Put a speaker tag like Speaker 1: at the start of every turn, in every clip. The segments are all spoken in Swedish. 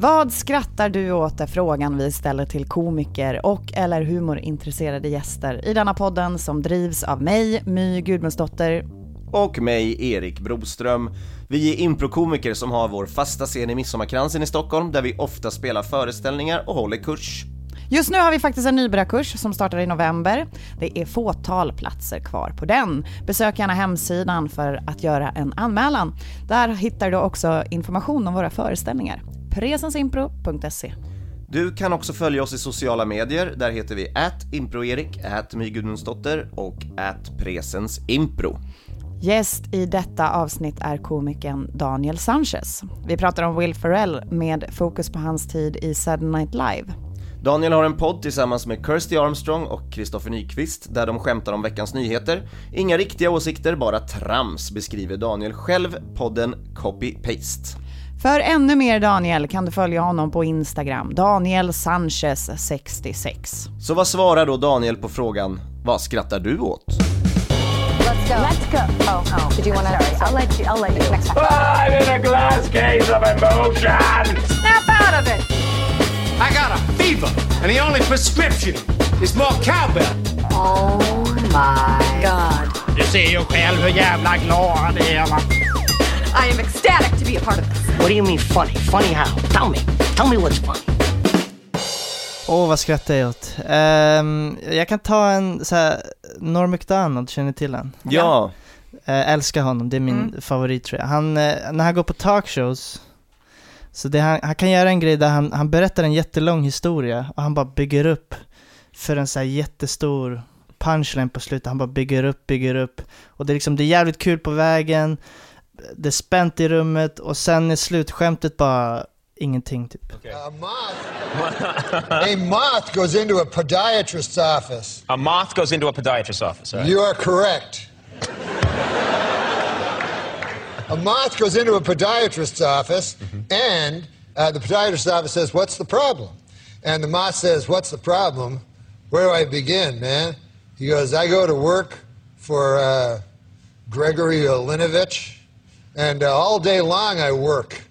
Speaker 1: Vad skrattar du åt är frågan vi ställer till komiker och eller humorintresserade gäster i denna podden som drivs av mig, My Gudmundsdotter.
Speaker 2: och mig, Erik Broström. Vi är improkomiker som har vår fasta scen i Midsommarkransen i Stockholm där vi ofta spelar föreställningar och håller kurs.
Speaker 1: Just nu har vi faktiskt en nybörjarkurs som startar i november. Det är fåtal platser kvar på den. Besök gärna hemsidan för att göra en anmälan. Där hittar du också information om våra föreställningar. presensimpro.se
Speaker 2: Du kan också följa oss i sociala medier, där heter vi at improerik, at mygudmundsdotter och at presensimpro.
Speaker 1: Gäst i detta avsnitt är komikern Daniel Sanchez. Vi pratar om Will Ferrell med fokus på hans tid i Saturday Night Live.
Speaker 2: Daniel har en podd tillsammans med Kirsty Armstrong och Kristoffer Nyqvist där de skämtar om veckans nyheter. Inga riktiga åsikter, bara trams, beskriver Daniel själv podden Copy-Paste.
Speaker 1: För ännu mer Daniel kan du följa honom på Instagram, Daniel Sanchez 66.
Speaker 2: Så vad svarar då Daniel på frågan “Vad skrattar du åt?”
Speaker 3: Let's go. Let's go. Oh, oh. Did you want to? I'll let you. I'll let you. Next time.
Speaker 4: I'm in a glass case of emotion.
Speaker 3: Snap out of it.
Speaker 5: I got a fever, and the only prescription is more cowbell.
Speaker 3: Oh my Oh, God.
Speaker 5: Du ser ju själv hur jävla glada de är. va?
Speaker 3: I am ecstatic to be a part of this.
Speaker 6: What do you mean funny? Funny how? Tell me. Tell me what's funny.
Speaker 7: Åh, vad skrattar jag åt? Ehm, jag kan ta en så här, Norm MacDonald, känner ni till han?
Speaker 2: Ja,
Speaker 7: Eh, älskar honom, det är min favorit tror jag. Han, eh, när han går på talkshows, så det, han, han kan göra en grej där han, han berättar en jättelång historia och han bara bygger upp för en så här jättestor punchline på slutet. Han bara bygger upp, bygger upp. Och det är liksom, det är jävligt kul på vägen, det är spänt i rummet och sen är slutskämtet bara ingenting typ.
Speaker 8: A moth. a moth goes into a podiatrist's office.
Speaker 9: A moth goes into a podiatrist's office. all right.
Speaker 8: You are correct. a moth goes into a podiatrist's office, and uh, the podiatrist's office says, What's the problem? And the moth says, What's the problem? Where do I begin, man? He goes, I go to work for uh, Gregory Olinovich, and uh, all day long I work.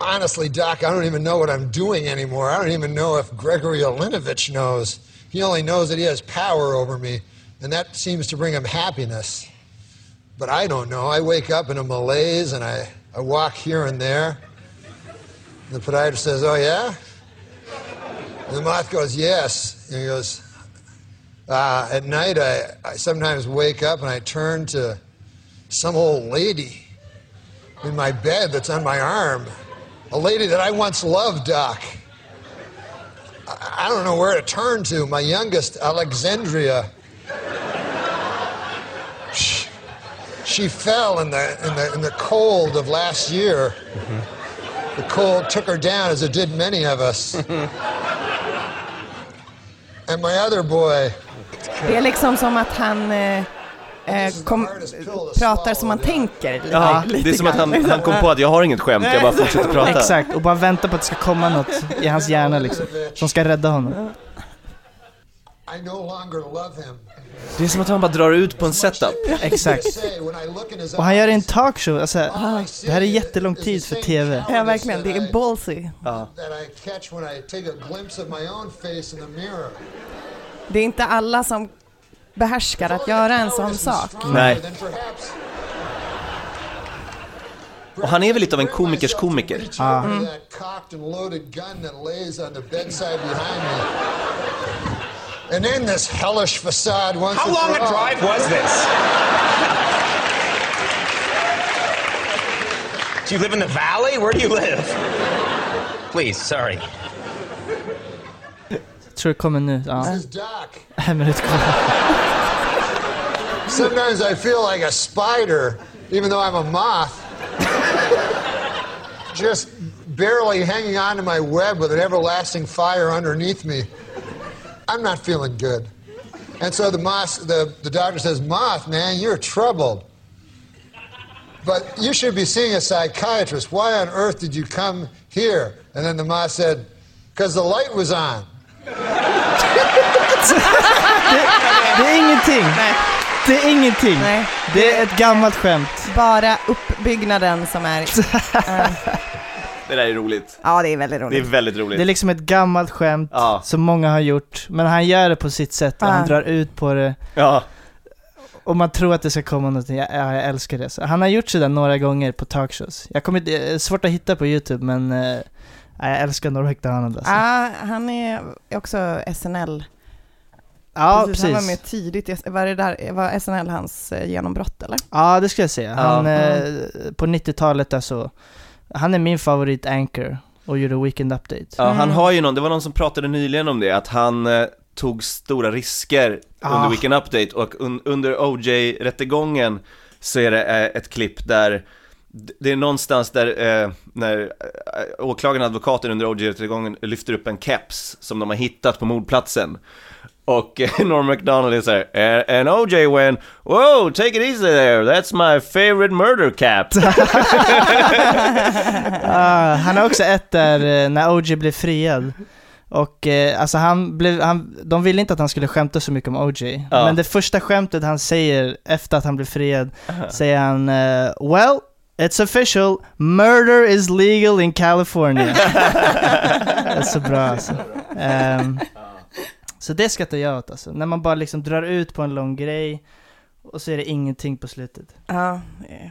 Speaker 8: honestly, Doc, I don't even know what I'm doing anymore. I don't even know if Gregory Olinovich knows. He only knows that he has power over me, and that seems to bring him happiness. But I don't know. I wake up in a malaise and I, I walk here and there. And the podiatrist says, Oh, yeah? And the moth goes, Yes. And he goes, uh, At night, I, I sometimes wake up and I turn to some old lady in my bed that's on my arm. A lady that I once loved, Doc. I, I don't know where to turn to. My youngest, Alexandria. She, she fell in the, in, the, in the cold of last year. The cold took her down, as it did many of us. and my other boy,
Speaker 10: Det är liksom som att han eh, eh, kom, pratar som man tänker. Lite,
Speaker 7: Ja,
Speaker 10: lite
Speaker 2: det är som att
Speaker 10: grann.
Speaker 2: han, han kom på att jag har inget skämt, jag bara fortsätter prata.
Speaker 7: Exakt, och bara vänta på att det ska komma något i hans hjärna liksom, som ska rädda honom.
Speaker 8: I no longer love him.
Speaker 2: Det är som att han bara drar ut på en setup.
Speaker 7: Exakt.
Speaker 8: Say when I look in his
Speaker 7: Och han
Speaker 8: eyes,
Speaker 7: gör en talkshow, alltså,
Speaker 8: all I
Speaker 7: det här är
Speaker 8: see
Speaker 7: jättelång
Speaker 8: is
Speaker 7: tid
Speaker 8: the
Speaker 7: för
Speaker 8: same
Speaker 7: TV.
Speaker 8: challenges
Speaker 10: Ja, verkligen. Det
Speaker 8: that I-
Speaker 10: är ballsy.
Speaker 8: that I catch when I take a glimpse of my own face in the mirror.
Speaker 10: Det är inte alla som behärskar att göra en sån sak.
Speaker 2: Nej.
Speaker 8: Then perhaps-
Speaker 2: Och han är väl lite av en komikers komiker.
Speaker 8: Ah. That cocked and loaded gun that lays on the bedside behind me. And in this hellish facade once
Speaker 9: How
Speaker 8: and
Speaker 9: long
Speaker 8: for
Speaker 9: a
Speaker 8: all-
Speaker 9: drive was this? do you live in the valley? Where do you live? Please, sorry.
Speaker 7: Picture kommer nu. Ja. En minut kvar.
Speaker 8: Sometimes I feel like a spider, even though I'm a moth. Just barely hanging on to my web with an everlasting fire underneath me. I'm not feeling good. And so the, moth, the, the doctor says, Moth, man, you're troubled. But you should be seeing a psychiatrist. Why on earth did you come here? And then the moth said, Because the light was on.
Speaker 7: Det är ingenting. Det är ingenting. Det är ett gammalt skämt.
Speaker 10: Bara uppbyggnaden som är... eh,
Speaker 2: Det där är roligt.
Speaker 10: ja, det är väldigt roligt.
Speaker 2: Det är väldigt roligt.
Speaker 7: Det är liksom ett gammalt skämt som många har gjort, men han gör det på sitt sätt och
Speaker 10: Ja.
Speaker 7: han drar ut på det.
Speaker 2: Ja.
Speaker 7: Och man tror att det ska komma någonting, ja, ja, jag älskar det. Så han har gjort sådär några gånger på talkshows. Jag kommer, inte- det är svårt att hitta på youtube men eh, ja, jag älskar Nordic Donald alltså.
Speaker 10: Ja, han är också SNL.
Speaker 7: Ja,
Speaker 10: Han var
Speaker 7: precis.
Speaker 10: med tidigt. i S- Var, det där, var SNL hans eh, genombrott eller?
Speaker 7: Ja, det ska jag säga.
Speaker 10: Ja.
Speaker 7: Han, eh,
Speaker 10: Mm.
Speaker 7: På 90-talet alltså, han är min favorit anchor och gjorde Weekend Update.
Speaker 2: Ja, han har ju någon, det var någon som pratade nyligen om det, att han eh, tog stora risker
Speaker 7: Ah.
Speaker 2: under Weekend Update och un, under OJ-rättegången så är det eh, ett klipp där d- det är någonstans där eh, när eh, åklagaren och advokaten under OJ-rättegången lyfter upp en keps som de har hittat på mordplatsen. Och eh, Norm MacDonald är såhär, "Eh, and OJ went, Whoa, take it easy there, that's my favorite murder cap.
Speaker 7: Ah, han har också ett där eh, när OG blev friad. Och eh, alltså han blev, han, de ville inte att han skulle skämta så mycket om OG.
Speaker 11: Ja.
Speaker 7: Men det första skämtet han säger efter att han blev friad, säger han eh, “Well, it's official, murder is legal in California”. det är så bra alltså. Ehm, så det skrattar jag åt alltså, när man bara liksom drar ut på en lång grej och så är det ingenting på slutet.
Speaker 10: Ja. eh.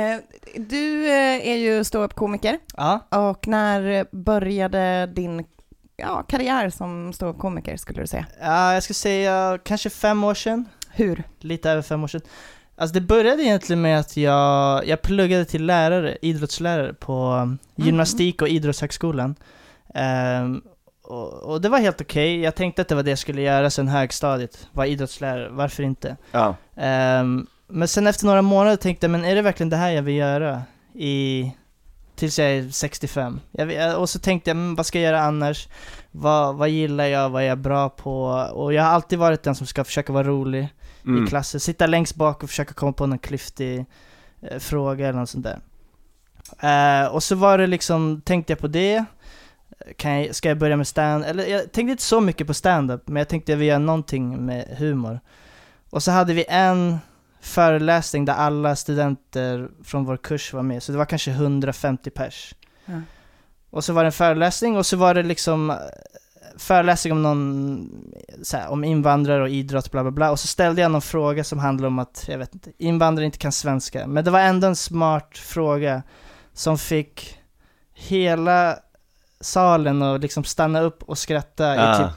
Speaker 10: Eh, Du eh, är ju ståuppkomiker.
Speaker 7: Ja.
Speaker 10: Och när eh, började din ja, karriär som ståuppkomiker skulle du säga?
Speaker 7: Ja, jag skulle säga kanske fem år sedan.
Speaker 10: Hur?
Speaker 7: Lite över fem år sedan. Alltså det började egentligen med att jag, jag pluggade till lärare, idrottslärare på um, gymnastik och idrottshögskolan. Ehm, och, och det var helt okej, jag tänkte att det var det jag skulle göra sen högstadiet, vara idrottslärare, varför inte?
Speaker 2: Ja.
Speaker 7: Ehm, men sen efter några månader tänkte jag, men är det verkligen det här jag vill göra? I, tills jag är 65. Jag, vet- och så tänkte jag, men vad ska jag göra annars? Vad, vad gillar jag? Vad är jag bra på? Och jag har alltid varit den som ska försöka vara rolig
Speaker 11: Mm.
Speaker 7: i klassen. Sitta längst bak och försöka komma på någon klyftig eh, fråga eller något sånt där. Eh, och så var det liksom, tänkte jag på det. Kan jag, ska jag börja med stand Eller jag tänkte inte så mycket på stand-up, men jag tänkte jag vill göra någonting med humor. Och så hade vi en föreläsning där alla studenter från vår kurs var med, så det var kanske 150 pers.
Speaker 10: Ja.
Speaker 7: Och så var det en föreläsning och så var det liksom eh, föreläsning om någon, så här, om invandrare och idrott bla bla bla. Och så ställde jag någon fråga som handlade om att, jag vet inte, invandrare inte kan svenska. Men det var ändå en smart fråga som fick hela salen att liksom stanna upp och skratta
Speaker 2: Ah.
Speaker 7: i typ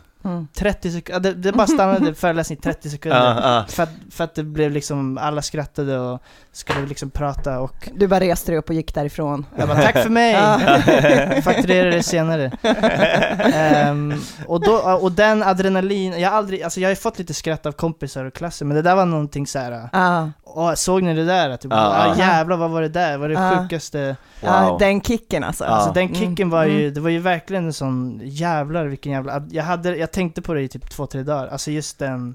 Speaker 7: 30 sekunder, det, det bara stannade föreläsningen i 30 sekunder.
Speaker 2: Ah, ah.
Speaker 7: För, att, för att det blev liksom, alla skrattade och skulle liksom prata och
Speaker 10: Du bara reste dig upp och gick därifrån.
Speaker 7: jag bara, tack för mig!
Speaker 10: Ja.
Speaker 7: Fakturera det senare. Ehm, och, då, och den adrenalin, jag har aldrig, alltså jag har ju fått lite skratt av kompisar och klasser, men det där var någonting såhär,
Speaker 10: Ja.
Speaker 7: åh såg ni det där? Typ,
Speaker 10: Ja.
Speaker 7: ah, jävlar vad var det där? Vad var det
Speaker 10: Ja.
Speaker 7: sjukaste?
Speaker 10: Ja, den kicken alltså.
Speaker 7: Alltså den kicken var ju,
Speaker 10: Mm.
Speaker 7: det var ju verkligen en sån jävlar vilken jävla, ad- jag, hade, jag tänkte på det i typ två, tre dagar, alltså just den,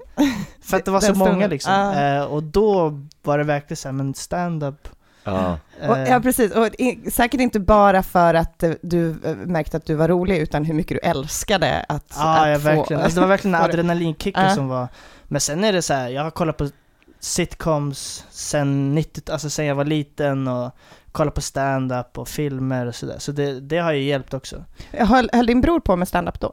Speaker 7: för att det var så
Speaker 10: Den stunden.
Speaker 7: många liksom.
Speaker 10: Ja.
Speaker 7: Eh, och då var det verkligen såhär, men stand-up
Speaker 10: Och,
Speaker 7: eh,
Speaker 10: ja, precis. Och i, säkert inte bara för att eh, du eh, märkte att du var rolig, utan hur mycket du älskade att,
Speaker 7: Ja,
Speaker 10: att
Speaker 7: ja
Speaker 10: få-
Speaker 7: verkligen. Alltså, det var verkligen
Speaker 10: få det.
Speaker 7: adrenalinkicken
Speaker 10: Ja.
Speaker 7: som var. Men sen är det så här, jag har kollat på sitcoms sen 90 alltså sen jag var liten och kollat på stand-up och filmer och sådär. Så det, det har ju hjälpt också.
Speaker 10: Höll, höll din bror på med stand-up då?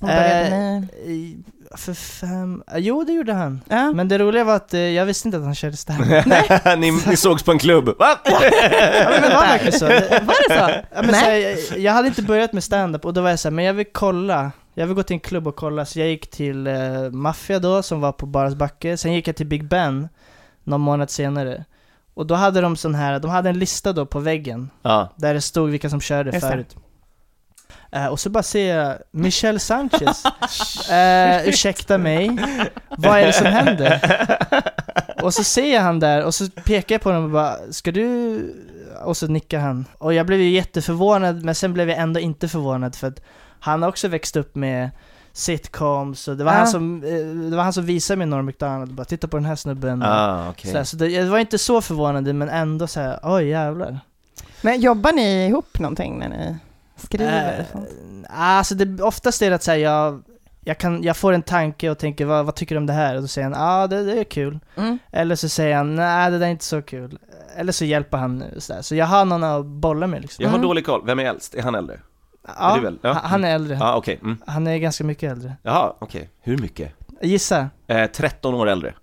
Speaker 10: Och började
Speaker 7: Eh,
Speaker 10: ni-
Speaker 7: i- För fem, ah, jo det gjorde han. Men det roliga var att eh, jag visste inte att han körde stand-up.
Speaker 2: ni, ni sågs på en klubb, va?
Speaker 7: Ja, men det var verkligen så.
Speaker 10: Var det så?
Speaker 7: Ja, men så här, jag, jag hade inte börjat med stand-up och då var jag såhär, men jag vill kolla. Jag vill gå till en klubb och kolla, så jag gick till eh, Mafia då, som var på Baras backe. Sen gick jag till Big Ben, någon månad senare. Och då hade de sån här, de hade en lista då på väggen,
Speaker 2: Ja.
Speaker 7: där det stod vilka som körde
Speaker 2: Just det.
Speaker 7: förut. Eh, och så bara ser jag Michelle Sanchez. eh, ursäkta mig, vad är det som händer? Och så ser jag han där och så pekar jag på honom och bara, ska du... Och så nickar han. Och jag blev ju jätteförvånad, men sen blev jag ändå inte förvånad för att han har också växt upp med sitcoms och det var,
Speaker 10: Ah.
Speaker 7: han, som, eh, det var han som visade mig Norm MacDonald, bara titta på den här snubben.
Speaker 2: Ah, okej.
Speaker 7: så, här, så det, jag var inte så förvånande men ändå så här, oj jävlar.
Speaker 10: Men jobbar ni ihop någonting när ni skriver?
Speaker 7: Eh, Alltså det, oftast är det att säga jag, jag, kan, jag får en tanke och tänker vad, vad tycker du om det här? Och då säger han ja ah, det, det är kul.
Speaker 10: Mm.
Speaker 7: Eller så säger han nej det där är inte så kul. Eller så hjälper han nu så, där. så jag har någon att bolla med liksom.
Speaker 2: Jag har dålig koll, vem är äldst? Är han äldre?
Speaker 7: Ja,
Speaker 2: är du väl?
Speaker 7: ha- han är äldre.
Speaker 2: Ja, okej. Mm.
Speaker 7: Han är ganska mycket äldre.
Speaker 2: Jaha, okej. Hur mycket?
Speaker 7: Gissa.
Speaker 2: Eh, 13 år äldre.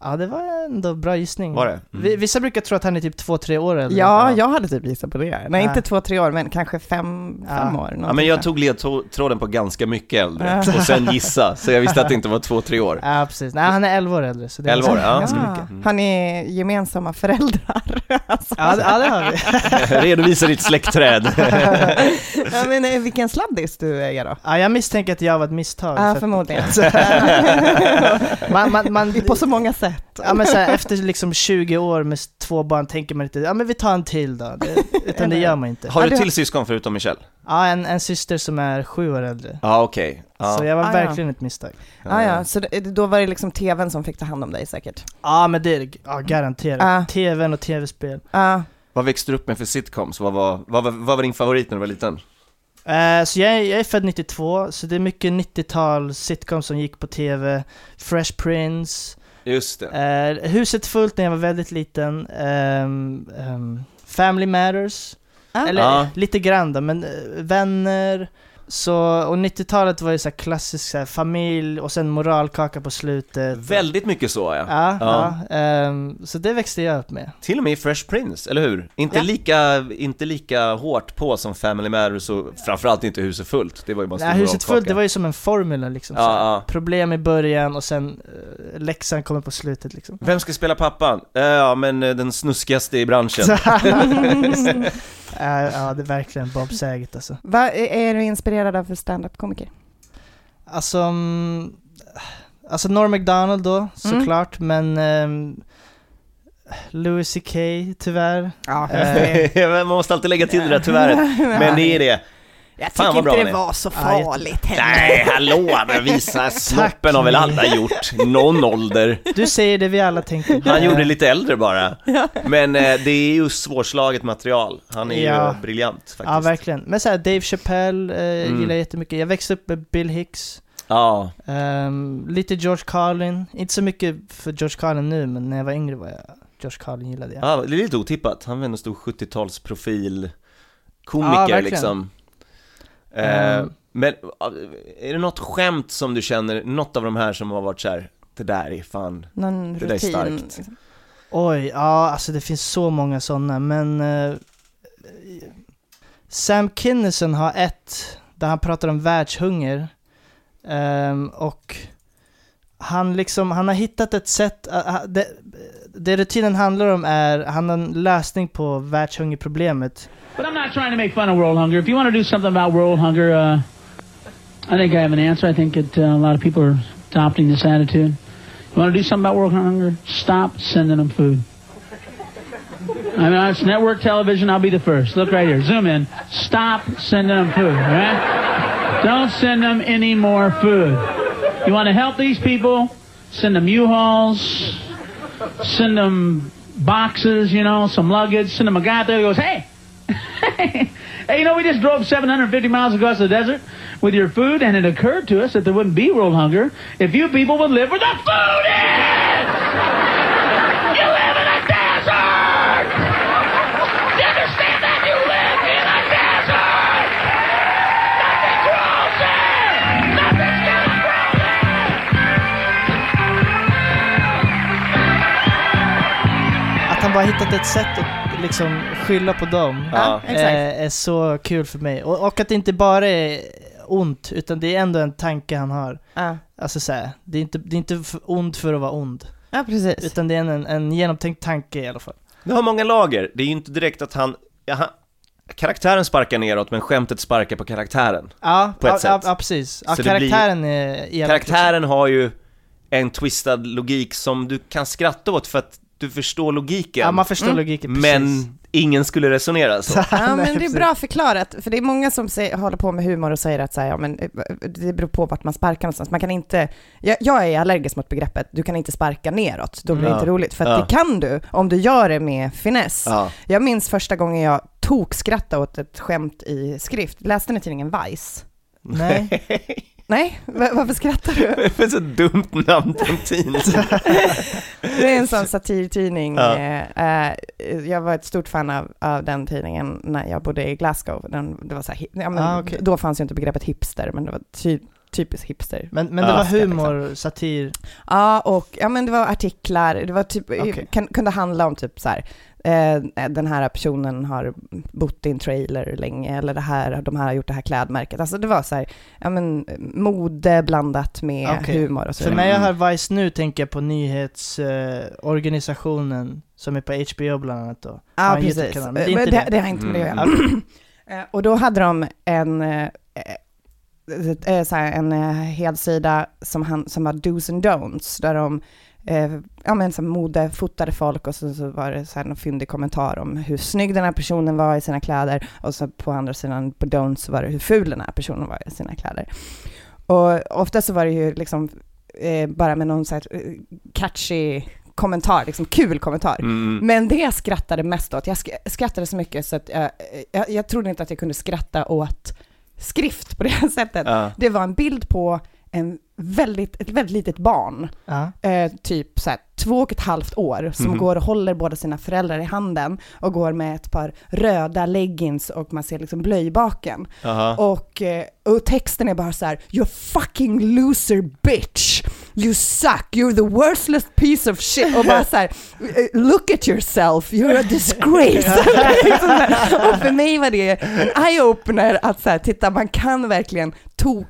Speaker 7: Ja det var ändå bra gissning.
Speaker 2: Var det? Mm.
Speaker 7: Vi- Vissa brukar tro att han är typ 2-3 år äldre.
Speaker 10: Ja, jag hade typ gissat på det. Nej,
Speaker 7: Ja.
Speaker 10: inte två, tre år, men kanske fem, fem år.
Speaker 2: Ja, men jag tog ledtråden på ganska mycket äldre och sen gissa, så jag visste att det inte var två, tre år.
Speaker 7: Ja precis, nej han är 11 år äldre. Så det är liksom
Speaker 2: 11 år, ja.
Speaker 7: ganska
Speaker 2: Mm.
Speaker 7: mycket.
Speaker 10: Ah. Har ni gemensamma föräldrar? Alltså.
Speaker 7: Ja, det- ja det har vi.
Speaker 2: Redovisa ditt släktträd.
Speaker 10: ja, men eh, vilken sladdis du är då.
Speaker 7: Ja, jag misstänker att jag var ett misstag.
Speaker 10: Ja,
Speaker 7: för att-
Speaker 10: förmodligen.
Speaker 7: man, man, man,
Speaker 10: På så många sätt.
Speaker 7: ja, men så här, efter liksom 20 år med s- två barn tänker man inte, ja men vi tar en till då. Det, utan det gör man inte.
Speaker 2: Har du till syskon förutom Michelle?
Speaker 7: Ja, en, en syster som är sju år äldre.
Speaker 2: Ja, okej. Ja.
Speaker 7: Så jag var
Speaker 10: Ah, ja.
Speaker 7: verkligen ett misstag.
Speaker 10: Ah, ja, så det- då var det liksom tvn som fick ta hand om dig säkert.
Speaker 7: Ja, men det är ja, garanterat.
Speaker 10: Ah.
Speaker 7: TVn och tv-spel.
Speaker 10: Ja.
Speaker 2: Vad växte du upp med för sitcoms? Vad var, vad, var, vad var din favorit när du var liten?
Speaker 7: Eh, så jag, är- jag är född 92, så det är mycket 90-tal sitcom som gick på tv. Fresh Prince,
Speaker 2: Just det.
Speaker 7: Eh, huset fullt när jag var väldigt liten. Ehm, ehm, family Matters. Eller
Speaker 2: Ja.
Speaker 7: lite grann då, men eh, vänner. Så, och 90-talet var ju så här klassisk så här, familj och sen moralkaka på slutet.
Speaker 2: Väldigt mycket så, ja.
Speaker 7: Ja,
Speaker 2: Ja.
Speaker 7: ja. ehm, så det växte jag upp med.
Speaker 2: Till och med i Fresh Prince, eller hur? Inte,
Speaker 7: Ja.
Speaker 2: lika, inte lika hårt på som Family Matters och framförallt inte Huset Fullt. Det var ju bara en stor
Speaker 7: Nej, huset
Speaker 2: moralkaka.
Speaker 7: fullt, det var ju som en formula liksom. så
Speaker 2: Ja,
Speaker 7: här.
Speaker 2: ja.
Speaker 7: Problem i början och sen eh, läxan kommer på slutet liksom.
Speaker 2: Vem ska spela pappan? Eh, Ja, men eh, den snuskigaste i branschen.
Speaker 7: Eh, ja, det är verkligen Bob Saget alltså.
Speaker 10: Vad är du inspirerad av för standup-komiker?
Speaker 7: Alltså, mm, alltså Norm MacDonald
Speaker 2: Mm.
Speaker 7: då såklart, men ehm, Louis CK tyvärr.
Speaker 10: Ja,
Speaker 7: Eh,
Speaker 2: Man måste alltid lägga till det där tyvärr, men det är det.
Speaker 10: jag
Speaker 2: fan, vad bra ni är.
Speaker 10: så
Speaker 7: Ja, jätte-
Speaker 10: heller.
Speaker 2: Nej, hallå, men visa snoppen har väl alla gjort, någon ålder.
Speaker 7: du säger det vi alla tänker.
Speaker 2: Han gjorde
Speaker 7: Eh,
Speaker 2: lite äldre bara. Men eh, det är ju svårslaget material. Han är
Speaker 7: Ja.
Speaker 2: ju briljant faktiskt. Mm.
Speaker 7: Ja, verkligen. Men såhär, Dave Chappelle eh, gillar jag jättemycket. Jag växte upp med Bill Hicks,
Speaker 2: Ja,
Speaker 7: ehm, lite George Carlin. Inte så mycket för George Carlin nu, men när jag var yngre var jag George Carlin gillade jag.
Speaker 2: ja, Ah, det är lite otippat. Han var en stor 70-talsprofil,
Speaker 7: Ja,
Speaker 2: komiker
Speaker 7: verkligen.
Speaker 2: liksom. Eh,
Speaker 7: Mm.
Speaker 2: Men eh, är det något skämt som du känner, något av de här som har varit så här, det där är fan,
Speaker 10: Någon
Speaker 2: det där är
Speaker 10: rutin.
Speaker 2: starkt.
Speaker 7: Oj, ja alltså det finns så många sådana, men eh, Sam Kinison har ett där han pratar om världshunger ehm, och han liksom, han har hittat ett sätt, a- a- det, det rutinen handlar om är, han har en lösning på världshungerproblemet.
Speaker 11: But I'm not trying to make fun of world hunger. If you want to do something about world hunger, uh, I think I have an answer. I think that uh, a lot of people are adopting this attitude. You want to do something about world hunger? Stop sending them food. I mean, it's network television. I'll be the first. Look right here. Zoom in. Stop sending them food. All right? Don't send them any more food. You want to help these people? Send them U-Hauls. Send them boxes. You know, some luggage. Send them a guy out there who goes, "Hey, hey, you know, we just drove 750 miles across the desert with your food, and it occurred to us that there wouldn't be world hunger if you people would live where the food is! You live in a desert! Do you understand that? You live in a desert! Nothing grows there! Nothing's gonna grow there!
Speaker 7: Att han bara hittat ett sätt att liksom skylla på dem
Speaker 2: Ja.
Speaker 10: exakt.
Speaker 7: eh, är så kul för mig. Och, och att det inte bara är ont, utan det är ändå en tanke han har.
Speaker 10: Ja.
Speaker 7: Alltså så här, det är inte, det är inte för ont för att vara ond.
Speaker 10: ja, precis.
Speaker 7: Utan det är en, en, en genomtänkt tanke i alla fall.
Speaker 2: Det har många lager, det är ju inte direkt att han, ja, han karaktären sparkar neråt men skämtet sparkar på karaktären.
Speaker 7: Ja,
Speaker 2: På ett
Speaker 7: ja,
Speaker 2: sätt.
Speaker 7: ja, ja precis. Ja,
Speaker 2: Så det blir-
Speaker 7: karaktären är elak.
Speaker 2: Karaktären har ju en twistad logik som du kan skratta åt för att du förstår logiken.
Speaker 7: Ja, man förstår Mm. logiken, precis.
Speaker 2: Men ingen skulle resonera så.
Speaker 10: Ja, men det är bra förklarat, för det är många som säger, håller på med humor och säger att så här, ja, men, eh, det beror på vart man sparkar någonstans. Man kan inte, jag, jag är allergisk mot begreppet, du kan inte sparka neråt, då blir det
Speaker 1: Mm.
Speaker 10: inte
Speaker 1: Ja.
Speaker 10: roligt. För att
Speaker 1: Ja.
Speaker 10: det kan du om du gör det med finess.
Speaker 1: Ja.
Speaker 10: Jag minns första gången jag tokskrattade åt ett skämt i skrift. Läste ni tidningen Vice?
Speaker 2: Nej.
Speaker 10: Nej, Va- varför skrattar du?
Speaker 2: det är så dumt namn på en tidning.
Speaker 10: Det är en sån satirtidning.
Speaker 2: Ja.
Speaker 10: Eh, eh, jag var ett stort fan av, av den tidningen när jag bodde i Glasgow. Den, det var så här, hi- ja, men,
Speaker 7: Ah, okej.
Speaker 10: Då fanns ju inte begreppet hipster, men det var ty, typiskt hipster. liksom.
Speaker 7: Men, men det var humor, satir.
Speaker 10: Ja, och ja, men det var artiklar, det var typ,
Speaker 7: Okej.
Speaker 10: kan, kunde handla om typ så här, eh, den här personen har bott i en trailer länge, eller det här, de här har gjort det här klädmärket. Alltså det var så här, ja men mode blandat med
Speaker 7: Okej.
Speaker 10: humor och så
Speaker 7: För
Speaker 10: vidare.
Speaker 7: när jag hör Vice nu tänker jag på nyhetsorganisationen som är på HBO bland annat då.
Speaker 10: Ja,
Speaker 7: Har en
Speaker 10: precis.
Speaker 7: YouTube-kanal,
Speaker 10: Men det, det, har inte med det att göra.
Speaker 7: Mm.
Speaker 10: Eh, Och då hade de en, eh, eh, så här, en eh, helsida som, han, som var dos and don'ts, där de eh, ja, men, så här, modefotade folk och så, så var det så här, någon fyndig kommentar om hur snygg den här personen var i sina kläder och så på andra sidan på don'ts så var det hur ful den här personen var i sina kläder. Och ofta så var det ju liksom eh, bara med någon så här eh, catchy kommentar, liksom kul kommentar.
Speaker 1: Mm.
Speaker 10: Men det jag skrattade mest åt, jag sk- skrattade så mycket så att jag, jag, jag trodde inte att jag kunde skratta åt skrift på det här sättet.
Speaker 1: Ja.
Speaker 10: Det var en bild på en väldigt, ett väldigt litet barn, eh, typ så här, två och ett halvt år, som
Speaker 1: Mhm.
Speaker 10: går och håller båda sina föräldrar i handen och går med ett par röda leggings och man ser liksom blöjbaken.
Speaker 1: Aha.
Speaker 10: Och, eh, och texten är bara så här: “You're fucking loser bitch! You suck! You're the worthless piece of shit!” Och bara så här, eh, “Look at yourself! You're a disgrace!” Liksom så här. Och för mig var det en eye-opener att så här, titta man kan verkligen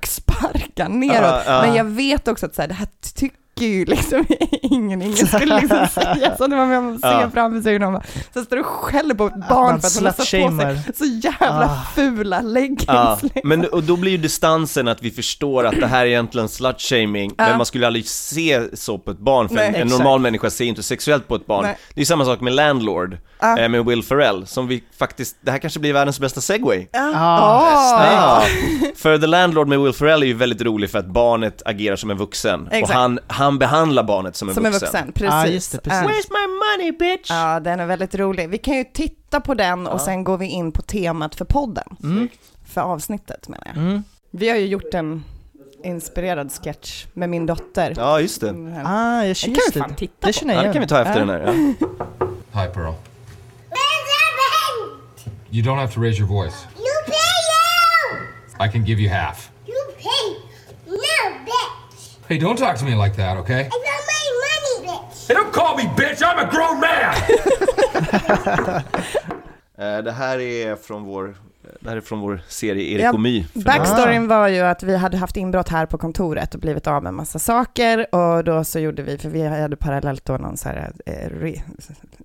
Speaker 10: toksparka neråt,
Speaker 1: Ja, ja.
Speaker 10: men jag vet också att så här, det här tycker ju liksom ingen, ingen skulle liksom säga så, det var med att se
Speaker 1: Ja.
Speaker 10: framför sig hur någon bara, så står och skäller på ett
Speaker 7: man
Speaker 10: barn för att hon har satt på
Speaker 7: slutshamer.
Speaker 10: sig så jävla
Speaker 7: Ah.
Speaker 10: fula leggings. liksom.
Speaker 2: Ja, men och då blir ju distansen att vi förstår att det här är egentligen slutshaming,
Speaker 10: Ja.
Speaker 2: men man skulle aldrig se så på ett barn, för
Speaker 10: Nej,
Speaker 2: en, en
Speaker 10: exakt.
Speaker 2: normal människa ser inte sexuellt på ett barn.
Speaker 10: Nej.
Speaker 2: Det är ju samma sak med Landlord,
Speaker 10: Ja.
Speaker 2: eh, med Will Ferrell, som vi faktiskt, det här kanske blir världens bästa segway.
Speaker 10: Ah.
Speaker 2: Ja, för The Landlord med Will Ferrell är ju väldigt rolig för att barnet agerar som en vuxen, och
Speaker 10: Exakt.
Speaker 2: han, han behandlar barnet som en
Speaker 10: Som en
Speaker 2: vuxen.
Speaker 10: vuxen, precis.
Speaker 1: Where's
Speaker 10: my money bitch? Ja, den är väldigt rolig. Vi kan ju titta på den och sen går vi in på temat för podden.
Speaker 7: Mm.
Speaker 10: För avsnittet menar jag. Vi har ju gjort en inspirerad sketch med min dotter. Mm.
Speaker 2: Ja, just det.
Speaker 7: Ah, jag
Speaker 10: kan vi fan titta på.
Speaker 2: Ja, det kan vi ta efter
Speaker 10: Ja.
Speaker 2: den här. Ja.
Speaker 12: Hi, Pearl. You don't have to raise your voice.
Speaker 13: You pay
Speaker 12: I can give you half.
Speaker 13: you! You pay! No, bitch!
Speaker 12: Hey, don't talk to me like that, okay?
Speaker 13: I got my money, bitch!
Speaker 12: Hey, don't call me bitch. I'm a grown man.
Speaker 2: Eh, Det här är från vår, det här är från vår serie Erik
Speaker 10: Ja,
Speaker 2: och My. för
Speaker 10: Backstoryn
Speaker 7: Ah.
Speaker 10: var ju att vi hade haft inbrott här på kontoret och blivit av med massa saker och då så gjorde vi, för vi hade parallellt då någon så här, eh, re,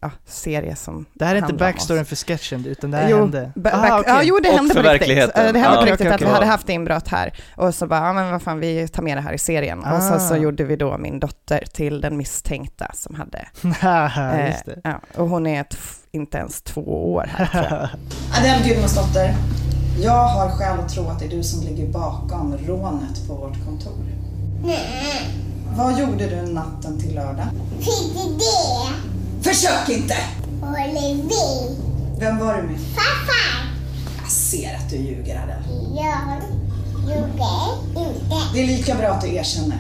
Speaker 10: ja, serie som
Speaker 7: Det här är inte
Speaker 10: handlar om oss.
Speaker 7: backstoryn för sketchen utan det här
Speaker 10: jo,
Speaker 7: hände.
Speaker 10: ba-
Speaker 7: Ah,
Speaker 10: back,
Speaker 7: okej.
Speaker 10: ja, jo, det hände på riktigt. Eh, Det hände
Speaker 7: Ah,
Speaker 10: på
Speaker 7: okej,
Speaker 10: riktigt
Speaker 7: okej,
Speaker 10: att vi
Speaker 7: okej.
Speaker 10: hade haft inbrott här. Och så bara, ja men vad fan, vi tar med det här i serien. Och så, så
Speaker 7: Ah.
Speaker 10: gjorde vi då min dotter till den misstänkta som hade... Eh,
Speaker 7: Haha, just det.
Speaker 10: ja, och hon är ett, inte ens två år här tror jag.
Speaker 14: Adele Gudmundsdotter, jag har skäl att tro att det är du som ligger bakom rånet på vårt kontor.
Speaker 13: Nej,
Speaker 14: Vad gjorde du natten till lördag?
Speaker 13: inte det!
Speaker 14: Försök inte!
Speaker 13: Oliver!
Speaker 14: Vem var du med?
Speaker 13: Farfar!
Speaker 14: Jag ser att du ljuger, Adele.
Speaker 13: Jag gjorde inte.
Speaker 14: Det är lika bra att du erkänner.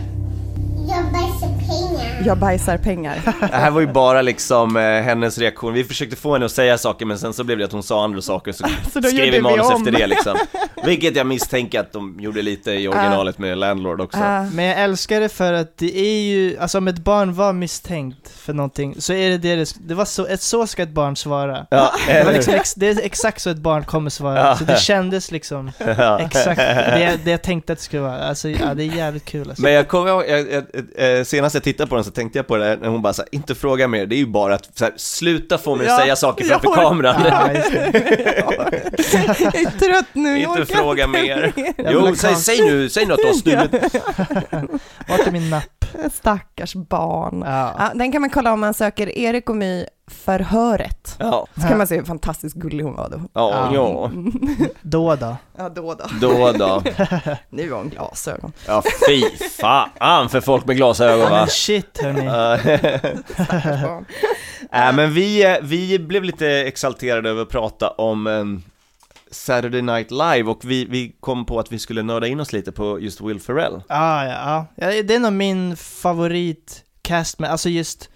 Speaker 13: Jag bajsade pengar.
Speaker 10: Jag bajsar pengar.
Speaker 2: Det här var ju bara liksom eh, hennes reaktion. Vi försökte få henne att säga saker men sen så blev det att hon sa andra saker så,
Speaker 10: Så då
Speaker 2: skrev
Speaker 10: gjorde
Speaker 2: vi
Speaker 10: vi
Speaker 2: manus
Speaker 10: om.
Speaker 2: efter det liksom. Vilket jag misstänker att de gjorde lite i originalet med Landlord också.
Speaker 10: ah.
Speaker 7: Men jag älskar det för att det är ju, alltså om ett barn var misstänkt för någonting så är det det det, det var så, ett så ska ett barn svara.
Speaker 2: Ja,
Speaker 7: det, var
Speaker 2: eller
Speaker 7: liksom,
Speaker 2: hur?
Speaker 7: ex, det är exakt så ett barn kommer svara,
Speaker 2: Ja.
Speaker 7: så det kändes liksom
Speaker 2: Ja.
Speaker 7: exakt det, jag- det jag tänkte att det skulle vara. Alltså ja, det är jävligt kul alltså.
Speaker 2: Men jag kommer ihåg, jag, jag, eh, senast jag tittade på den så tänkte jag på det här, när hon bara så här, inte fråga mer, det är ju bara att så här, sluta få mig att
Speaker 10: Ja,
Speaker 2: säga saker
Speaker 10: jag
Speaker 2: framför
Speaker 10: orkar
Speaker 2: kameran.
Speaker 10: Jag är trött nu, jag
Speaker 2: inte
Speaker 10: orkar
Speaker 2: fråga mer.
Speaker 10: mer.
Speaker 2: Jo, säg, säg nu, säg något då, stulet.
Speaker 7: Vart är min napp?
Speaker 10: Stackars barn. Ja. den kan man kolla om man söker Erik och My förhöret.
Speaker 2: Ja.
Speaker 10: Så kan man se hur fantastiskt gullig hon var då.
Speaker 2: Ja, ja.
Speaker 7: Då då.
Speaker 10: Ja, då då.
Speaker 2: Då då.
Speaker 10: nu har hon glasögon.
Speaker 2: Ja, fy fan för folk med glasögon va? Eh,
Speaker 7: Men shit hörni.
Speaker 2: barn. Nej, men vi, eh, vi blev lite exalterade över att prata om eh, Saturday Night Live och vi, vi kom på att vi skulle nörda in oss lite på just Will Ferrell.
Speaker 7: Ah, ja, ja. ja. Det är nog min favorit cast med, alltså just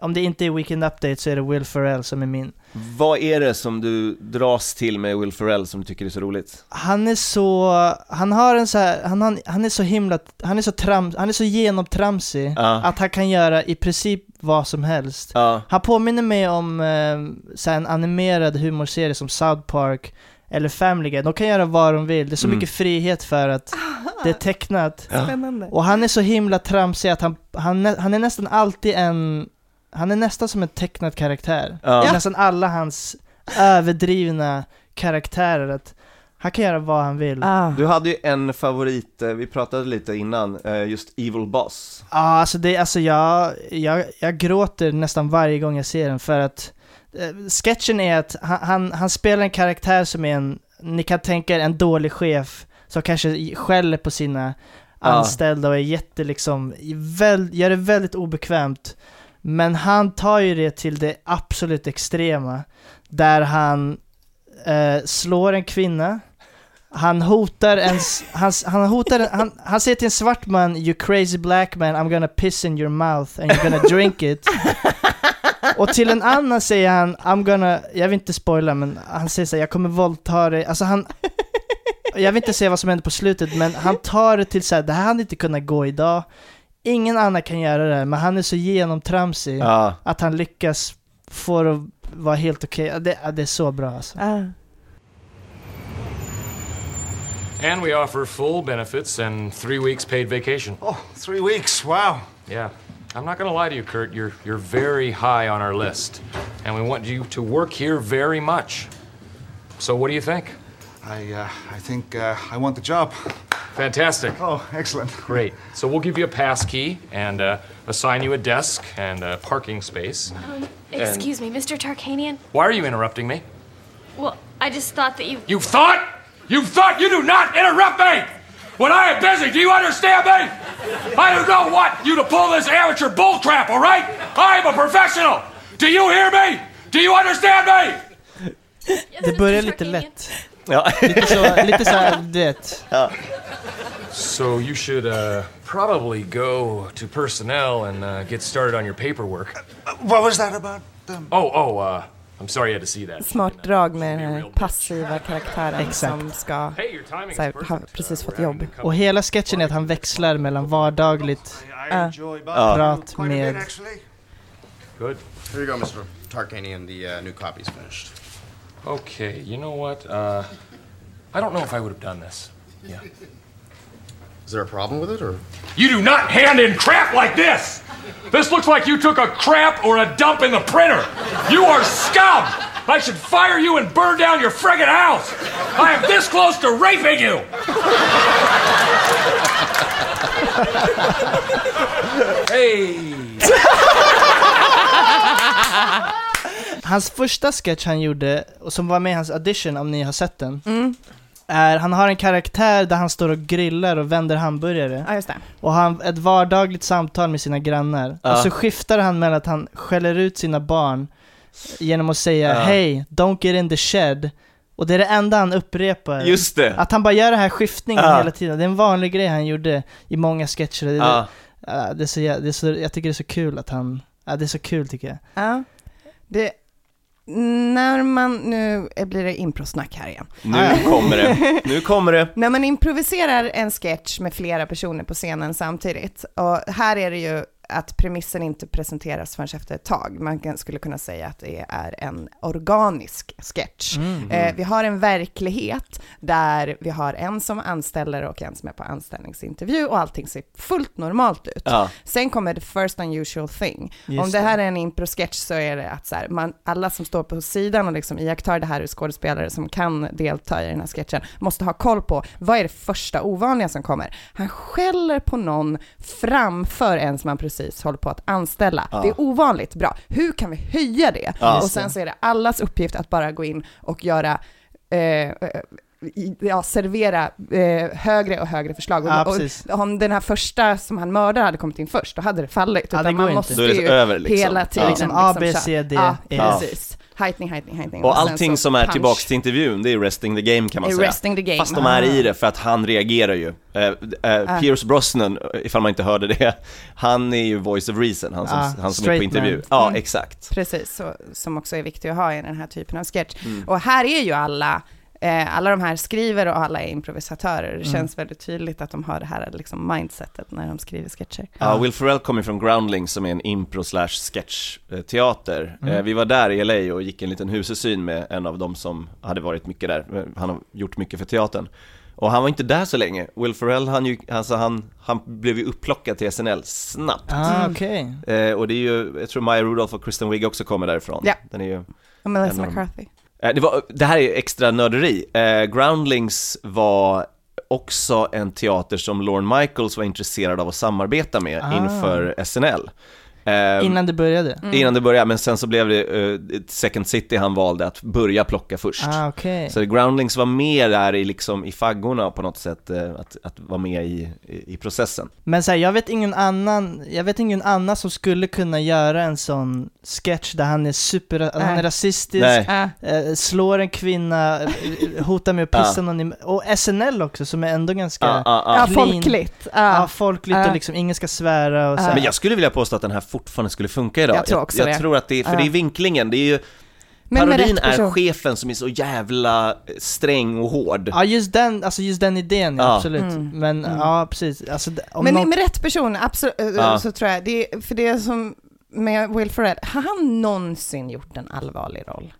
Speaker 7: om det inte är Weekend Update så är det Will Ferrell som är min.
Speaker 2: Vad är det som du dras till med Will Ferrell som du tycker är så roligt?
Speaker 7: Han är så, han har en så här, han, han, han är så himla, han är så trams, han är så genomtramsig
Speaker 2: Ja.
Speaker 7: att han kan göra i princip vad som helst.
Speaker 2: Ja,
Speaker 7: Han påminner mig om eh, så här, en animerad humorserie som South Park eller Family Guy. De kan göra vad de vill, det är så
Speaker 2: Mm.
Speaker 7: mycket frihet för att det är tecknat.
Speaker 10: Spännande.
Speaker 7: Och han är så himla tramsig att han, han, nä- han är nästan alltid en, han är nästan som en tecknad karaktär.
Speaker 2: Ja.
Speaker 7: Det är Nästan alla hans överdrivna karaktärer, att han kan göra vad han vill. Ja,
Speaker 2: Du hade ju en favorit, eh, vi pratade lite innan, eh, just Evil Boss.
Speaker 7: alltså, det, alltså jag, jag, jag gråter nästan varje gång jag ser den för att eh, sketchen är att han, han, han spelar en karaktär som är en, ni kan tänka er en dålig chef som kanske skäller på sina
Speaker 2: Ja.
Speaker 7: anställda och är jätte liksom, väl, gör det väldigt obekvämt. Men han tar ju det till det absolut extrema. Där han eh, slår en kvinna, han hotar en, s- han, han hotar en, han, han säger till en svart man 'You crazy black man, I'm gonna piss in your mouth and you're gonna drink it' Och till en annan säger han 'I'm gonna, jag vill inte spoila men han säger så här, 'Jag kommer våldta dig' Alltså han, jag vill inte säga vad som händer på slutet men han tar det till så här, det här hade inte kunnat gå idag Ingen annan kan göra det här men han är så genomtramsig
Speaker 2: Ja.
Speaker 7: att han lyckas få det att vara helt okej, Ja, det, ja, det är så bra alltså
Speaker 15: And we offer full benefits and three weeks paid vacation.
Speaker 16: Oh, three weeks. Wow.
Speaker 15: Yeah. I'm not gonna lie to you, Kurt. You're you're very high on our list. And we want you to work here very much. So what do you think?
Speaker 16: I, uh, I think uh, I want the job.
Speaker 15: Fantastic.
Speaker 16: Oh, excellent.
Speaker 15: Great. So we'll give you a pass key and uh, assign you a desk and a parking space.
Speaker 17: Um, excuse me, Mr. Tarkanian.
Speaker 15: Why are you interrupting me?
Speaker 17: Well, I just thought that you.
Speaker 15: You thought? You thought? You do not interrupt me! When I am busy, do you understand me? I do not want you to pull this amateur bull crap, all right? I am a professional! Do you hear me? Do you understand me?
Speaker 7: Det börjar lite lätt.
Speaker 2: Ja.
Speaker 7: Lite så, lite så här, du vet.
Speaker 15: So you should uh, probably go to personnel and uh, get started on your paperwork.
Speaker 16: What was that about?
Speaker 15: Oh, oh, uh, I'm sorry you had to see that.
Speaker 10: Smart drag med den här passiva karaktären som ska så här, ha precis fått jobb.
Speaker 7: Och hela sketchen är att han växlar mellan vardagligt
Speaker 10: Ja.
Speaker 7: prat med...
Speaker 15: Good.
Speaker 13: Here you go, Mr. Tarkanian. The uh, new copy's finished.
Speaker 15: Okay, you know what? Uh, I don't know if I would have done this. Yeah.
Speaker 13: Is there a problem with it, or?
Speaker 15: You do not hand in crap like this! This looks like you took a crap or a dump in the printer. You are scum! I should fire you and burn down your friggin' house! I am this close to raping you! hey!
Speaker 7: Hans första sketch han gjorde, och som var med i hans audition om ni har sett den,
Speaker 10: Mm.
Speaker 7: är han har en karaktär där han står och grillar och vänder hamburgare.
Speaker 10: Ja, just det.
Speaker 7: Och han ett vardagligt samtal med sina grannar.
Speaker 10: Ja.
Speaker 7: Och så skiftar han mellan att han skäller ut sina barn genom att säga
Speaker 2: Ja.
Speaker 7: Hej, don't get in the shed. Och det är det enda han upprepar.
Speaker 2: Just det.
Speaker 7: Att han bara gör den här skiftningen
Speaker 2: Ja.
Speaker 7: hela tiden. Det är en vanlig grej han gjorde i många sketcher. Det är,
Speaker 2: Ja.
Speaker 7: ja, det är, så, jä- det är så, jag tycker det är så kul att han... Ja, det är så kul tycker jag.
Speaker 10: Ja. Det, när man, nu blir det improsnack här igen.
Speaker 2: Nu kommer det, nu kommer det.
Speaker 10: När man improviserar en sketch med flera personer på scenen samtidigt, och här är det ju att premissen inte presenteras förrän efter ett tag. Man kan, skulle kunna säga att det är en organisk sketch.
Speaker 1: Mhm.
Speaker 10: Eh, vi har en verklighet där vi har en som anställer och en som är på anställningsintervju och allting ser fullt normalt ut.
Speaker 1: Ja.
Speaker 10: Sen kommer the first unusual thing.
Speaker 1: Just
Speaker 10: Om det här är en impro-sketch så är det att så här, man, alla som står på sidan och liksom iakttar det här ur skådespelare som kan delta i den här sketchen måste ha koll på vad är det första ovanliga som kommer. Han skäller på någon framför en som han precis håller på att anställa.
Speaker 1: Ja.
Speaker 10: Det är ovanligt bra. Hur kan vi höja det?
Speaker 1: Ja.
Speaker 10: Och sen så är det allas uppgift att bara gå in och göra eh, eh, i- Ja, servera eh, högre och högre förslag. Och-
Speaker 7: Ja,
Speaker 10: och,
Speaker 7: precis.
Speaker 10: om den här första som han mördar hade kommit in först, då hade det fallit.
Speaker 7: Ja,
Speaker 10: Utan
Speaker 7: det går
Speaker 10: man
Speaker 7: inte.
Speaker 10: måste
Speaker 2: Då är det
Speaker 10: ju
Speaker 2: över, liksom.
Speaker 10: hela tiden
Speaker 2: Ja.
Speaker 10: liksom,
Speaker 7: A, B, C, D,
Speaker 10: Ja,
Speaker 2: E.
Speaker 10: precis. Heightning, heightning, heightning.
Speaker 2: Och
Speaker 10: sen
Speaker 2: allting
Speaker 10: så
Speaker 2: som är
Speaker 10: punch.
Speaker 2: tillbaks till intervjun, det är resting the game kan man
Speaker 10: Det är
Speaker 2: säga.
Speaker 10: resting the game.
Speaker 2: Fast de är
Speaker 10: Ah.
Speaker 2: i det för att han reagerar ju. Eh, eh,
Speaker 10: Ah.
Speaker 2: Pierce Brosnan, ifall man inte hörde det, han är ju voice of reason, han som,
Speaker 10: Ah,
Speaker 2: han som är på
Speaker 10: straight
Speaker 2: intervju.
Speaker 10: man.
Speaker 2: Ja,
Speaker 10: Mm.
Speaker 2: exakt.
Speaker 10: Precis, så, som också är viktig att ha i den här typen av sketch.
Speaker 2: Mm.
Speaker 10: Och här är ju alla, eh, alla de här skriver och alla är improvisatörer. Det
Speaker 2: Mm.
Speaker 10: känns väldigt tydligt att de har det här liksom, mindsetet när de skriver sketcher.
Speaker 2: Ja, Ah, Will Ferrell kommer från Groundling som är en impro slash sketchteater.
Speaker 10: Mm.
Speaker 2: Eh, vi var där i LA och gick en liten husesyn med en av dem som hade varit mycket där. Eh, Han har gjort mycket för teatern. Och han var inte där så länge. Will Ferrell, han, ju, alltså han, han blev ju upplockad till SNL snabbt.
Speaker 7: Ah,
Speaker 10: Mm.
Speaker 7: okej.
Speaker 2: Eh, och det är ju, jag tror Maya Rudolph och Kristen Wiig också kommer därifrån.
Speaker 10: Ja.
Speaker 2: Den är ju
Speaker 10: Och Melissa
Speaker 2: en av de-
Speaker 10: McCarthy.
Speaker 2: Eh, Det, var, det här är extra nörderi. Eh, Groundlings var också en teater som Lorne Michaels var intresserad av att samarbeta med
Speaker 7: Ah.
Speaker 2: inför SNL. Eh,
Speaker 7: Innan det började?
Speaker 10: Mm.
Speaker 2: Innan det började, men sen så blev det eh, Second City han valde att börja plocka först.
Speaker 7: Ah, okej.
Speaker 2: Så Groundlings var med där i, liksom, i faggorna på något sätt, eh, att, att vara med i, i, i processen.
Speaker 7: Men så här, jag vet ingen annan, jag vet ingen annan som skulle kunna göra en sån sketch där han är super, att han är rasistisk,
Speaker 2: Nej.
Speaker 7: eh, slår en kvinna, eh, hotar med att pissa
Speaker 2: Ja.
Speaker 7: någon i, och SNL också som är ändå ganska
Speaker 2: Ja, ja, ja. Ja,
Speaker 7: clean.
Speaker 10: folkligt.
Speaker 7: Ja, folkligt
Speaker 10: Ja.
Speaker 7: och liksom ingen ska svära och så här.
Speaker 2: Men jag skulle vilja påstå att den här fortfarande skulle funka idag.
Speaker 7: Jag tror också
Speaker 2: jag,
Speaker 7: det.
Speaker 2: tror att det är, för det är
Speaker 7: Ja.
Speaker 2: vinklingen, det är ju
Speaker 7: Men med
Speaker 2: Parodin
Speaker 7: rätt
Speaker 2: är
Speaker 7: person.
Speaker 2: chefen som är så jävla eh, sträng och hård.
Speaker 7: Ja just den, alltså just den idén ja,
Speaker 2: Ja.
Speaker 7: absolut.
Speaker 10: Mm.
Speaker 7: Men ja precis, alltså, d- om
Speaker 10: Men
Speaker 7: någon...
Speaker 10: med rätt person, absolut, eh,
Speaker 7: Ja.
Speaker 10: så tror jag. Det, är- för det är som med Will Ferrell, har han någonsin gjort en allvarlig roll?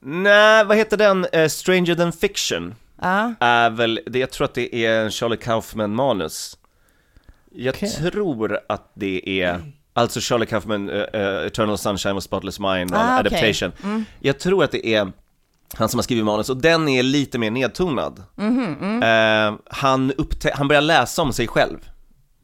Speaker 2: Nej, vad heter den? Eh, Stranger than fiction?
Speaker 10: Ja.
Speaker 2: Är väl, det, jag tror att det är en Charlie Kaufman-manus. Jag
Speaker 10: Okej.
Speaker 2: tror att det är, alltså Charlie Kaufman, eh, eh, Eternal Sunshine of Spotless Mind och
Speaker 10: Ah, okej.
Speaker 2: Adaptation.
Speaker 10: Mm.
Speaker 2: Jag tror att det är han som har skrivit manus, och den är lite mer nedtonad.
Speaker 10: Mhm, mm.
Speaker 2: Eh, han, upptä- han börjar läsa om sig själv.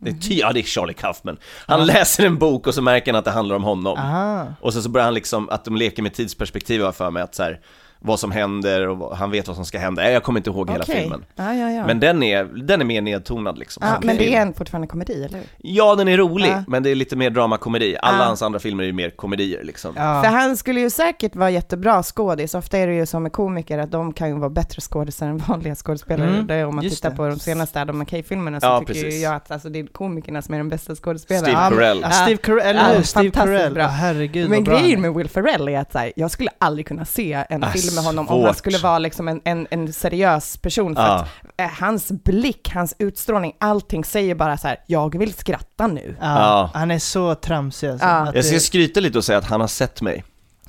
Speaker 2: Det är, ty- ja, det är Charlie Kaufman. Han
Speaker 7: Ah.
Speaker 2: läser en bok och så märker han att det handlar om honom.
Speaker 10: Ah.
Speaker 7: Aha.
Speaker 2: Och sen så börjar han liksom, att de leker med tidsperspektiv har jag för mig, att så här, vad som händer och vad, han vet vad som ska hända. Nej, Jag kommer inte ihåg hela
Speaker 10: Okej.
Speaker 2: filmen.
Speaker 10: Ja, ja, ja.
Speaker 2: Men den är, den är mer nedtonad liksom.
Speaker 10: Ja,
Speaker 2: Okej.
Speaker 10: men det är Ah. en fortfarande komedi, eller hur?
Speaker 2: Ja, den är rolig,
Speaker 10: Ja.
Speaker 2: men det är lite mer dramakomedi. Alla
Speaker 10: Ja.
Speaker 2: hans andra filmer är ju mer komedier liksom.
Speaker 10: Ah. För han skulle ju säkert vara jättebra skådis. Ofta är det ju som med komiker att de kan ju vara bättre skådisar än vanliga skådespelare.
Speaker 2: Mm,
Speaker 10: Det är om man
Speaker 7: just
Speaker 10: tittar
Speaker 7: det.
Speaker 10: på de senaste Adam McKay-filmerna så
Speaker 2: Ja,
Speaker 10: tycker
Speaker 2: precis.
Speaker 10: ju jag att alltså, det är komikerna som är de bästa skådespelarna.
Speaker 2: Steve
Speaker 10: Ja, men-
Speaker 2: Carell.
Speaker 7: Ja, Steve Carell, eller hur? Steve
Speaker 10: fantastiskt
Speaker 7: Carell.
Speaker 10: bra.
Speaker 7: Ja, herregud,
Speaker 10: Men
Speaker 7: vad bra han är.
Speaker 10: grejen med Will Ferrell är att så här, jag skulle aldrig kunna se en
Speaker 2: Äh,
Speaker 7: Ah,
Speaker 10: film med honom om
Speaker 7: svårt.
Speaker 10: han skulle vara liksom en, en, en seriös person. För
Speaker 2: Ja.
Speaker 10: att, eh, hans blick, hans utstrålning, allting säger bara så här, jag vill skratta nu.
Speaker 2: Ja.
Speaker 7: Han är så tramsig alltså.
Speaker 10: Ja.
Speaker 7: Att
Speaker 2: Jag ska
Speaker 7: det-
Speaker 2: skryta lite och säga att han har sett mig.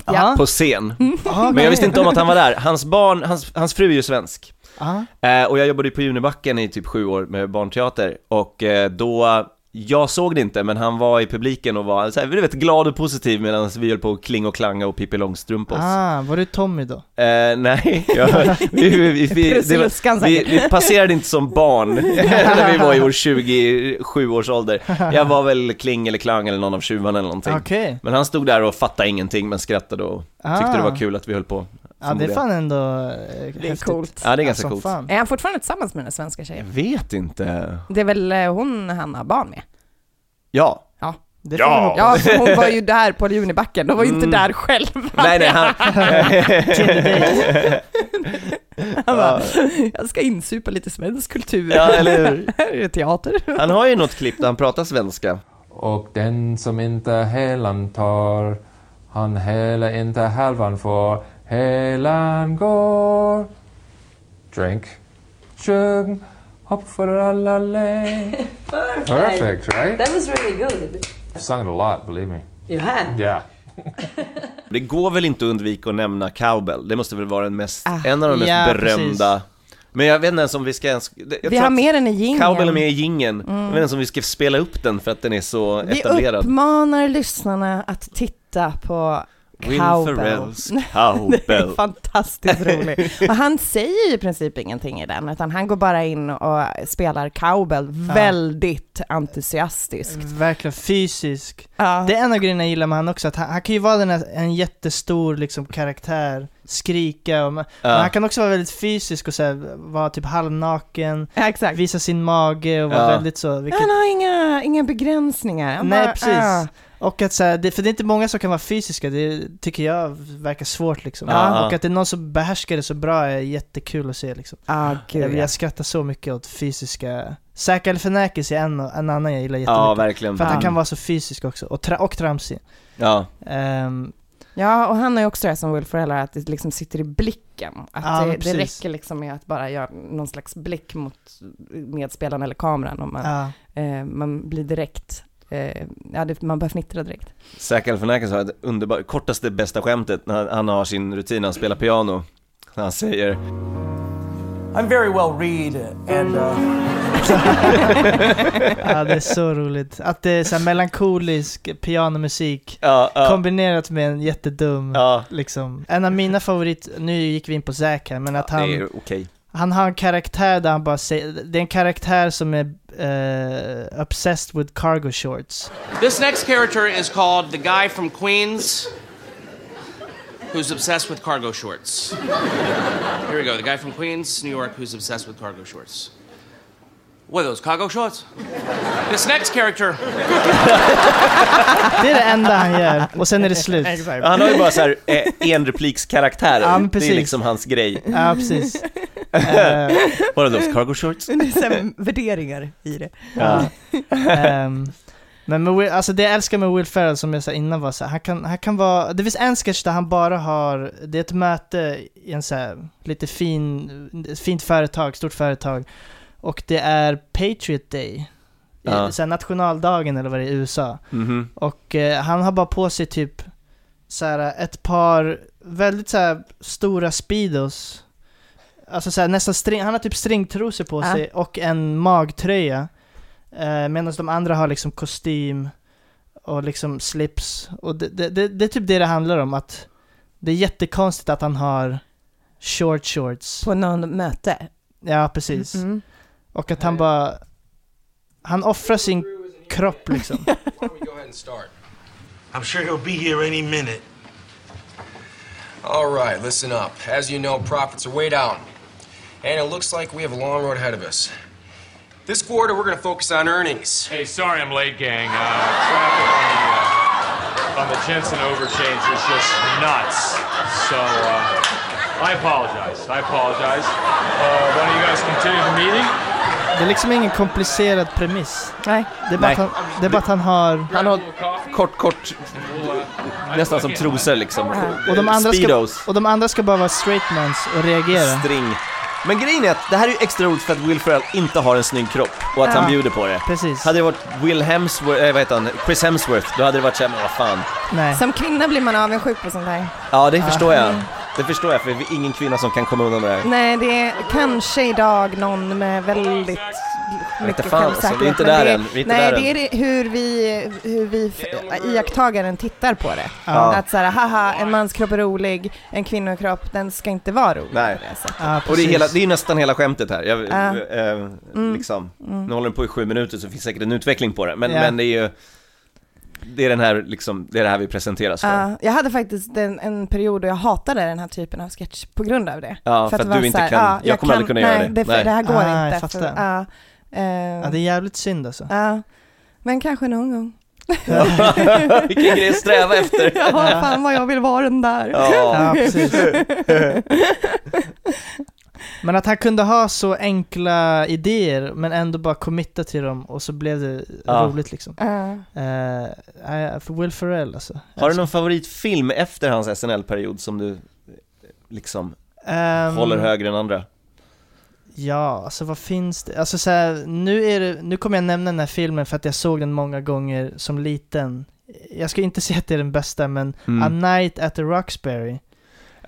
Speaker 7: Ja.
Speaker 2: På scen.
Speaker 7: Ah,
Speaker 2: Men jag visste
Speaker 7: okej.
Speaker 2: inte om att han var där. Hans barn, hans, hans fru är ju svensk.
Speaker 7: Ah.
Speaker 2: Eh, och jag jobbade ju på Junibacken i typ sju år med barnteater och eh, då, jag såg det inte men han var i publiken och var såhär, du vet, glad och positiv medan vi höll på att kling och klanga och Pippi Långstrump oss.
Speaker 7: Ah, var du Tommy då?
Speaker 2: Eh, nej, jag, vi, vi, vi, vi, det
Speaker 7: Prussiluskan
Speaker 2: var, vi,
Speaker 7: säkert.
Speaker 2: vi passerade inte som barn när vi var i vår 27 års ålder. Jag var väl kling eller klang eller någon av tjuvarna eller någonting.
Speaker 7: Okej.
Speaker 2: Men han stod där och fattade ingenting men skrattade och tyckte
Speaker 7: Ah.
Speaker 2: det var kul att vi höll på.
Speaker 7: Ja det är fan ändå eh,
Speaker 10: Det är
Speaker 7: häftigt.
Speaker 10: coolt.
Speaker 2: Ja, det är ganska
Speaker 7: som
Speaker 2: coolt.
Speaker 7: fan.
Speaker 10: Är han fortfarande tillsammans med den här svenska tjejen?
Speaker 2: Vet inte.
Speaker 10: Det är väl eh, hon han har barn med?
Speaker 2: Ja.
Speaker 10: Ja.
Speaker 2: Det får
Speaker 10: ja.
Speaker 2: vi
Speaker 10: ja,
Speaker 2: hoppas.
Speaker 10: för hon var ju där på Junibacken, de var ju
Speaker 2: Mm.
Speaker 10: inte där själva.
Speaker 2: Nej, nej, han...
Speaker 10: Han bara, jag ska insupa lite svensk kultur.
Speaker 2: Ja, eller hur?
Speaker 10: Här är det teater.
Speaker 2: Han har ju något klipp där han pratar svenska.
Speaker 18: Och den som inte helan tar, han heller inte halvan får. Helan går. Drink. Sjung. Hopp för alla län. Perfect, right?
Speaker 19: That was really good.
Speaker 18: I've sung it a lot, believe me.
Speaker 19: You had?
Speaker 18: Yeah.
Speaker 2: Det går väl inte att undvika att nämna cowbell? Det måste väl vara den mest,
Speaker 10: Ah,
Speaker 2: en av de mest
Speaker 10: ja,
Speaker 2: berömda Men jag vet inte ens om vi ska ens... Jag tror
Speaker 10: Vi har
Speaker 2: att
Speaker 10: med den i jingeln.
Speaker 2: Cowbell är med i jingeln.
Speaker 10: Mm.
Speaker 2: Jag vet inte ens om vi ska spela upp den för att den är så
Speaker 10: Vi
Speaker 2: etablerad
Speaker 10: uppmanar lyssnarna att titta på
Speaker 2: Will
Speaker 10: Cowbell.
Speaker 2: Ferrells Cowbell.
Speaker 10: det är fantastiskt roligt. Och han säger ju i princip ingenting i den, utan han går bara in och spelar Cowbell väldigt entusiastiskt.
Speaker 7: Verkligen fysisk. Det är en av grejerna jag gillar med han också, att han, han kan ju vara den här, en jättestor liksom, karaktär, skrika och, men han kan också vara väldigt fysisk och så här, vara typ halvnaken, visa sin mage och vara
Speaker 10: Ja.
Speaker 7: väldigt så, vilket
Speaker 10: Han har inga, inga begränsningar. Han
Speaker 7: Nej
Speaker 10: bara,
Speaker 7: precis.
Speaker 10: ah.
Speaker 7: Och att så här, det, för det är inte många som kan vara fysiska, det tycker jag verkar svårt liksom.
Speaker 10: Ja.
Speaker 7: Och att det är någon som behärskar det så bra är jättekul att se liksom.
Speaker 10: Ah, gud,
Speaker 7: jag,
Speaker 10: ja.
Speaker 7: jag skrattar så mycket åt fysiska Säkra eller förnekelse är en, en annan jag gillar jättemycket.
Speaker 2: Ja, verkligen.
Speaker 7: För att
Speaker 10: Mm.
Speaker 7: han
Speaker 2: Ja.
Speaker 7: kan vara så fysisk också, och, tra- och tramsig.
Speaker 2: Ja,
Speaker 7: Ehm,
Speaker 10: Ja, och han är också det som Will Ferrell är, att det liksom sitter i blicken. Att
Speaker 7: Ja,
Speaker 10: det,
Speaker 7: men
Speaker 10: det
Speaker 7: precis.
Speaker 10: räcker liksom med att bara göra någon slags blick mot medspelaren eller kameran och man, eh, man blir direkt, eh, ja, det, man börjar fnittra direkt.
Speaker 2: Zac Galifianakis har ett underbart, kortaste bästa skämtet när han, han har sin rutin, han spelar piano Han säger
Speaker 20: I'm very well read and
Speaker 7: ja,
Speaker 20: uh
Speaker 7: det är så roligt. Att det är så här melankolisk pianomusik kombinerat med en jättedum, liksom. En av mina favorit, nu gick vi in på Zac här, men att han...
Speaker 2: Det är okej
Speaker 7: Han har en karaktär där han bara säger, det är en karaktär som är eh, obsessed with cargo shorts.
Speaker 21: This next character is called the guy from Queens who's obsessed with cargo shorts. Here we go. The guy from Queens, New York, who's obsessed with cargo shorts. What are those, cargo shorts? This next character.
Speaker 7: Det är det enda han gör, och sen är det slut.
Speaker 2: Ja, Han har ju bara såhär enreplikskaraktärer,
Speaker 7: Ja, men
Speaker 2: det är
Speaker 7: precis.
Speaker 2: liksom hans grej Eh,
Speaker 7: Ja, precis. Eh.
Speaker 2: What are those cargo shorts?
Speaker 10: Det är så här värderingar i det.
Speaker 7: Ja. Ehm, men med Will, alltså det jag älskar med Will Ferrell som jag sa innan var så här, han kan, han kan vara, det finns en sketch där han bara har, det är ett möte i en så här, lite fin, ett fint företag, stort företag och det är Patriot Day.
Speaker 2: Ja.
Speaker 7: Ja. Så här nationaldagen eller vad det är i USA.
Speaker 2: Mhm.
Speaker 7: Och eh, han har bara på sig typ så här, eh, ett par väldigt så här, stora Speedos. Alltså så här, nästan string, han har typ stringtrosor på
Speaker 10: Ja.
Speaker 7: sig och en magtröja. Eh, Medan de andra har liksom kostym och liksom slips. Och det, det, det, det är typ det det handlar om, att det är jättekonstigt att han har short shorts.
Speaker 10: På någon möte?
Speaker 7: Ja, precis.
Speaker 10: Mm.
Speaker 7: Och att han bara... Han offrar sin kropp liksom.
Speaker 22: I'm sure he'll be here any minute.
Speaker 15: All right, listen up. As you know, profits are way down. And it looks like we have a long road ahead of us. This quarter, we're going to focus on earnings. Hey, sorry I'm late, gang. Uh, traffic on the, uh, on the Jensen overchange was just nuts. So, uh, I apologize. I apologize. Uh, why don't you guys continue the meeting?
Speaker 7: Det är liksom ingen komplicerad premiss.
Speaker 10: Nej.
Speaker 7: Det är bara,
Speaker 2: Nej.
Speaker 7: Att, han, det är bara att han har...
Speaker 2: Han har kort, kort, nästan som trosor liksom
Speaker 7: Och de, andra ska,
Speaker 2: Speedos
Speaker 7: och de andra ska bara vara straight mans och reagera.
Speaker 2: String. Men grejen är att det här är ju extra roligt för att Will Ferrell inte har en snygg kropp och att
Speaker 7: Ja.
Speaker 2: han bjuder på det.
Speaker 7: Precis.
Speaker 2: Hade det varit Will Hemsworth, äh, vad heter han, Chris Hemsworth, då hade det varit såhär, men vad fan.
Speaker 10: Som kvinna blir man avundsjuk på sånt här.
Speaker 2: Ja, det förstår jag.
Speaker 10: Mm.
Speaker 2: Det förstår jag, för det är ingen kvinna som kan komma undan med det här.
Speaker 10: Nej, det är kanske idag någon med väldigt mycket
Speaker 2: fan, alltså,
Speaker 10: självsäkerhet.
Speaker 2: vi är inte
Speaker 10: men
Speaker 2: där
Speaker 10: det
Speaker 2: än, vi är inte
Speaker 10: nej,
Speaker 2: där
Speaker 10: det är
Speaker 2: än.
Speaker 10: det hur vi, hur vi f- iakttagaren tittar på det.
Speaker 2: Ja.
Speaker 10: Att så här, haha, en manskropp är rolig, en kvinnokropp, den ska inte vara rolig.
Speaker 2: Nej.
Speaker 7: Ja,
Speaker 2: och det är,
Speaker 7: precis.
Speaker 2: hela, det är nästan hela skämtet här. Jag,
Speaker 10: Ja.
Speaker 2: eh,
Speaker 10: Mm.
Speaker 2: liksom.
Speaker 10: Mm.
Speaker 2: Nu håller den på i sju minuter så finns säkert en utveckling på det, men,
Speaker 10: Ja.
Speaker 2: men det är ju, det är den här liksom, det är det här vi presenteras för.
Speaker 10: Ja, jag hade faktiskt en, en period då jag hatade den här typen av sketch på grund av det.
Speaker 2: Ja, för
Speaker 10: det
Speaker 2: att
Speaker 10: var
Speaker 2: du inte
Speaker 10: så
Speaker 2: kan- jag kommer aldrig kunna göra
Speaker 10: nej,
Speaker 2: det.
Speaker 10: det,
Speaker 2: Nej.
Speaker 10: det här går
Speaker 7: Ah, jag
Speaker 10: inte.
Speaker 7: fattar.
Speaker 10: för- ja, eh,
Speaker 7: Ja, det är jävligt synd alltså.
Speaker 10: ja. men kanske någon gång.
Speaker 2: Vilken grej att sträva efter.
Speaker 10: ja, fan vad jag vill vara den där.
Speaker 7: Ja, precis. Men att han kunde ha så enkla idéer men ändå bara committa till dem och så blev det
Speaker 2: Ja.
Speaker 7: roligt liksom.
Speaker 10: Ja.
Speaker 7: Eh, nej, för Will Ferrell alltså.
Speaker 2: Har du någon favoritfilm efter hans SNL-period som du eh, liksom
Speaker 7: Ehm,
Speaker 2: håller högre än andra?
Speaker 7: Ja, alltså vad finns det? Alltså så här, nu, är det, nu kommer jag nämna den här filmen för att jag såg den många gånger som liten. Jag ska inte säga att det är den bästa, men
Speaker 2: Mm.
Speaker 7: A Night at the Roxbury.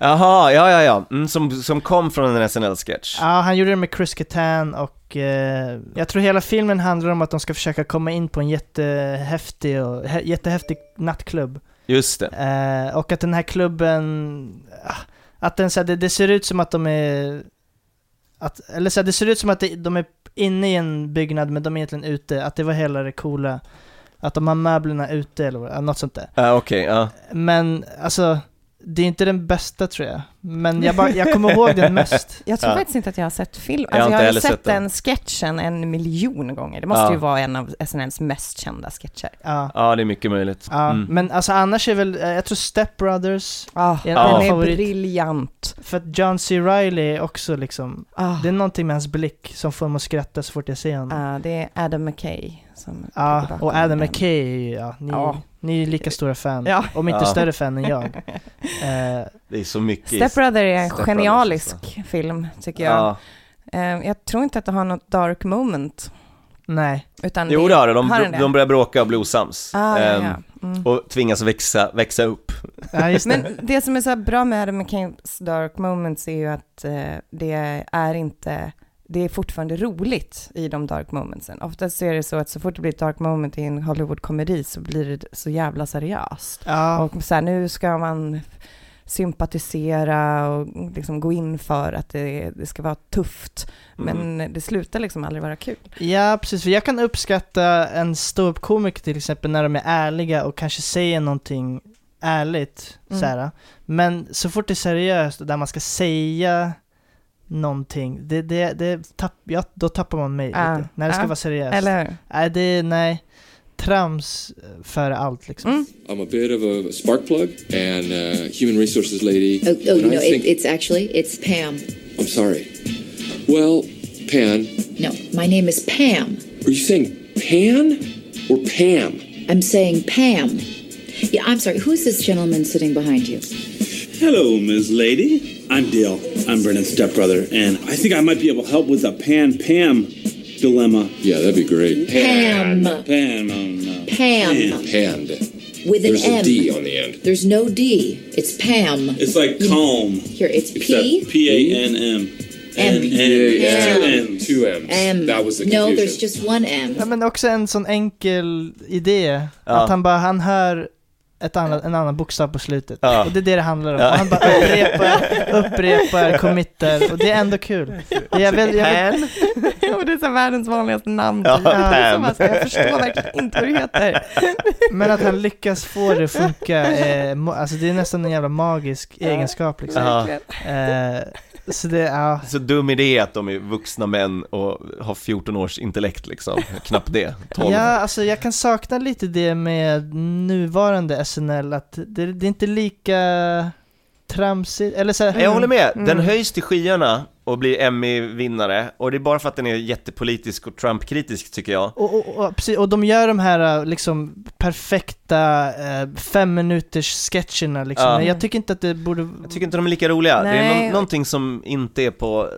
Speaker 2: Jaha, ja ja ja, mm, som, som kom från en SNL-sketch.
Speaker 7: Ja, han gjorde det med Chris Kattan och eh, jag tror hela filmen handlar om att de ska försöka komma in på en jättehäftig, och, hä, jättehäftig nattklubb.
Speaker 2: Just det.
Speaker 7: Eh, och att den här klubben, ah, att den, så här, det, det ser ut som att de är, att, eller så här, det ser ut som att det, de är inne i en byggnad men de är egentligen ute, att det var hela det coola. Att de har möblerna ute eller vad- något sånt där.
Speaker 2: Ja, okej, ja.
Speaker 7: Men alltså, det är inte den bästa tror jag. Men jag, bara, jag kommer ihåg den mest.
Speaker 10: Jag tror faktiskt inte att jag har sett film.
Speaker 7: Jag har
Speaker 10: Alltså,
Speaker 7: inte
Speaker 10: jag har
Speaker 7: heller
Speaker 10: ju sett,
Speaker 7: sett den.
Speaker 10: den sketchen en miljon gånger. Det måste
Speaker 2: Ja.
Speaker 10: ju vara en av SNLs mest kända sketcher.
Speaker 7: Ja.
Speaker 2: Ja, det är mycket möjligt.
Speaker 7: Ja,
Speaker 2: Mm.
Speaker 7: men alltså annars är väl, eh, jag tror Step Brothers
Speaker 10: är
Speaker 7: en
Speaker 2: den
Speaker 7: annan
Speaker 2: är
Speaker 7: favorit.
Speaker 10: briljant.
Speaker 7: För att John C. Reilly är också liksom,
Speaker 10: Ah.
Speaker 7: det är någonting med hans blick som får mig att skratta så fort jag ser honom.
Speaker 10: Ja, Ah, det är Adam McKay som
Speaker 7: Ja,
Speaker 10: ligger bakom
Speaker 7: och Adam
Speaker 10: den.
Speaker 7: McKay är ju, ja, ni,
Speaker 10: Ja.
Speaker 7: ni är lika stora fan,
Speaker 10: Ja.
Speaker 7: om inte
Speaker 2: Ja.
Speaker 7: större fan än jag. Eh,
Speaker 2: Det är så mycket i
Speaker 10: Step Brother är en
Speaker 2: Step
Speaker 10: genialisk
Speaker 2: Brothers, alltså.
Speaker 10: film, tycker jag.
Speaker 2: Ja.
Speaker 10: Eh, jag tror inte att det har något dark moment.
Speaker 7: Nej.
Speaker 10: Utan
Speaker 2: Jo det har det, de,
Speaker 10: har den det?
Speaker 2: de börjar bråka och bli osams.
Speaker 10: Ah, ja, ja.
Speaker 2: Ehm,
Speaker 10: Mm.
Speaker 2: Och tvingas växa, växa upp.
Speaker 10: Men det som är så här bra med Adam McKays Dark Moments är ju att eh, det är inte, det är fortfarande roligt i de Dark Momentsen. Oftast så är det så att så fort det blir ett Dark Moment i en Hollywood-komedi så blir det så jävla seriöst.
Speaker 7: Ja.
Speaker 10: Och så här, nu ska man sympatisera och liksom gå in för att det, det ska vara tufft.
Speaker 7: Mm.
Speaker 10: Men det slutar liksom aldrig vara kul.
Speaker 7: Ja, precis. För jag kan uppskatta en ståuppkomiker till exempel när de är ärliga och kanske säger någonting ärligt.
Speaker 10: Mm.
Speaker 7: Såhär. Men så fort det är seriöst och där man ska säga någonting, det, det, det tapp, ja, då tappar man mig
Speaker 10: Ja.
Speaker 7: lite. När det ska
Speaker 10: Ja.
Speaker 7: vara seriöst.
Speaker 10: Eller hur?
Speaker 7: Nej, det, nej. Trams före allt liksom.
Speaker 10: Mm.
Speaker 23: I'm a bit of a spark plug and uh, human resources lady.
Speaker 3: Oh, oh you
Speaker 23: And I
Speaker 3: know,
Speaker 23: think-
Speaker 3: it, it's actually, it's Pam.
Speaker 23: I'm sorry. Well, Pan,
Speaker 3: No, my name is Pam.
Speaker 23: are you saying Pan or Pam?
Speaker 3: I'm saying Pam. Yeah, I'm sorry, who's this gentleman sitting behind you?
Speaker 4: Hello, Ms. Lady. I'm Dale. I'm Brennan's stepbrother, and I think I might be able to help with the Pan Pam dilemma.
Speaker 23: Yeah, that'd be great.
Speaker 3: Pam.
Speaker 4: Pan, oh no.
Speaker 3: Pam.
Speaker 23: Panned.
Speaker 3: With an
Speaker 23: There's
Speaker 3: M.
Speaker 23: a D on the end.
Speaker 3: There's no D. It's Pam.
Speaker 4: It's like calm.
Speaker 3: Here, it's P.
Speaker 4: Except P A N M.
Speaker 3: M.
Speaker 4: And- and
Speaker 3: Yeah,
Speaker 4: two
Speaker 3: yeah.
Speaker 4: M's. Two M's.
Speaker 3: M. no, there's just one M.
Speaker 7: Ja, men också en sån enkel idé.
Speaker 3: Ja.
Speaker 7: Att han bara, han hör ett annat, en annan bokstav på slutet.
Speaker 2: Ja.
Speaker 7: Och det är det det handlar om.
Speaker 2: Ja.
Speaker 7: Och han bara upprepar, upprepar, committar. Och det är ändå kul. Och Jag vill, jag vill,
Speaker 10: jo, det är så här världens vanligaste namn. typ.
Speaker 7: Ja,
Speaker 10: Det är som
Speaker 7: Pam.
Speaker 10: att Jag förstår verkligen inte vad du heter.
Speaker 7: men att han lyckas få det att funka, eh, mo- alltså det är nästan en jävla magisk egenskap liksom.
Speaker 2: Ja.
Speaker 7: Eh, så det, ja.
Speaker 2: Så dum idé att de är vuxna män och har 14 års intellekt liksom, knappt det, 12.
Speaker 7: Ja, alltså jag kan sakna lite det med nuvarande SNL, att det, det är inte lika tramsigt, eller så här,
Speaker 2: Jag håller med, den
Speaker 7: Mm.
Speaker 2: höjs till skyarna och blir Emmy-vinnare och det är bara för att den är jättepolitisk och Trump-kritisk tycker jag.
Speaker 7: Och, och, och, precis, och de gör de här äh, liksom perfekta eh, fem minuters sketcherna liksom.
Speaker 2: Ja.
Speaker 7: Men jag tycker inte att det borde... Jag
Speaker 2: tycker inte de är lika roliga, det är
Speaker 7: Nej.
Speaker 2: någon, någonting som inte är på,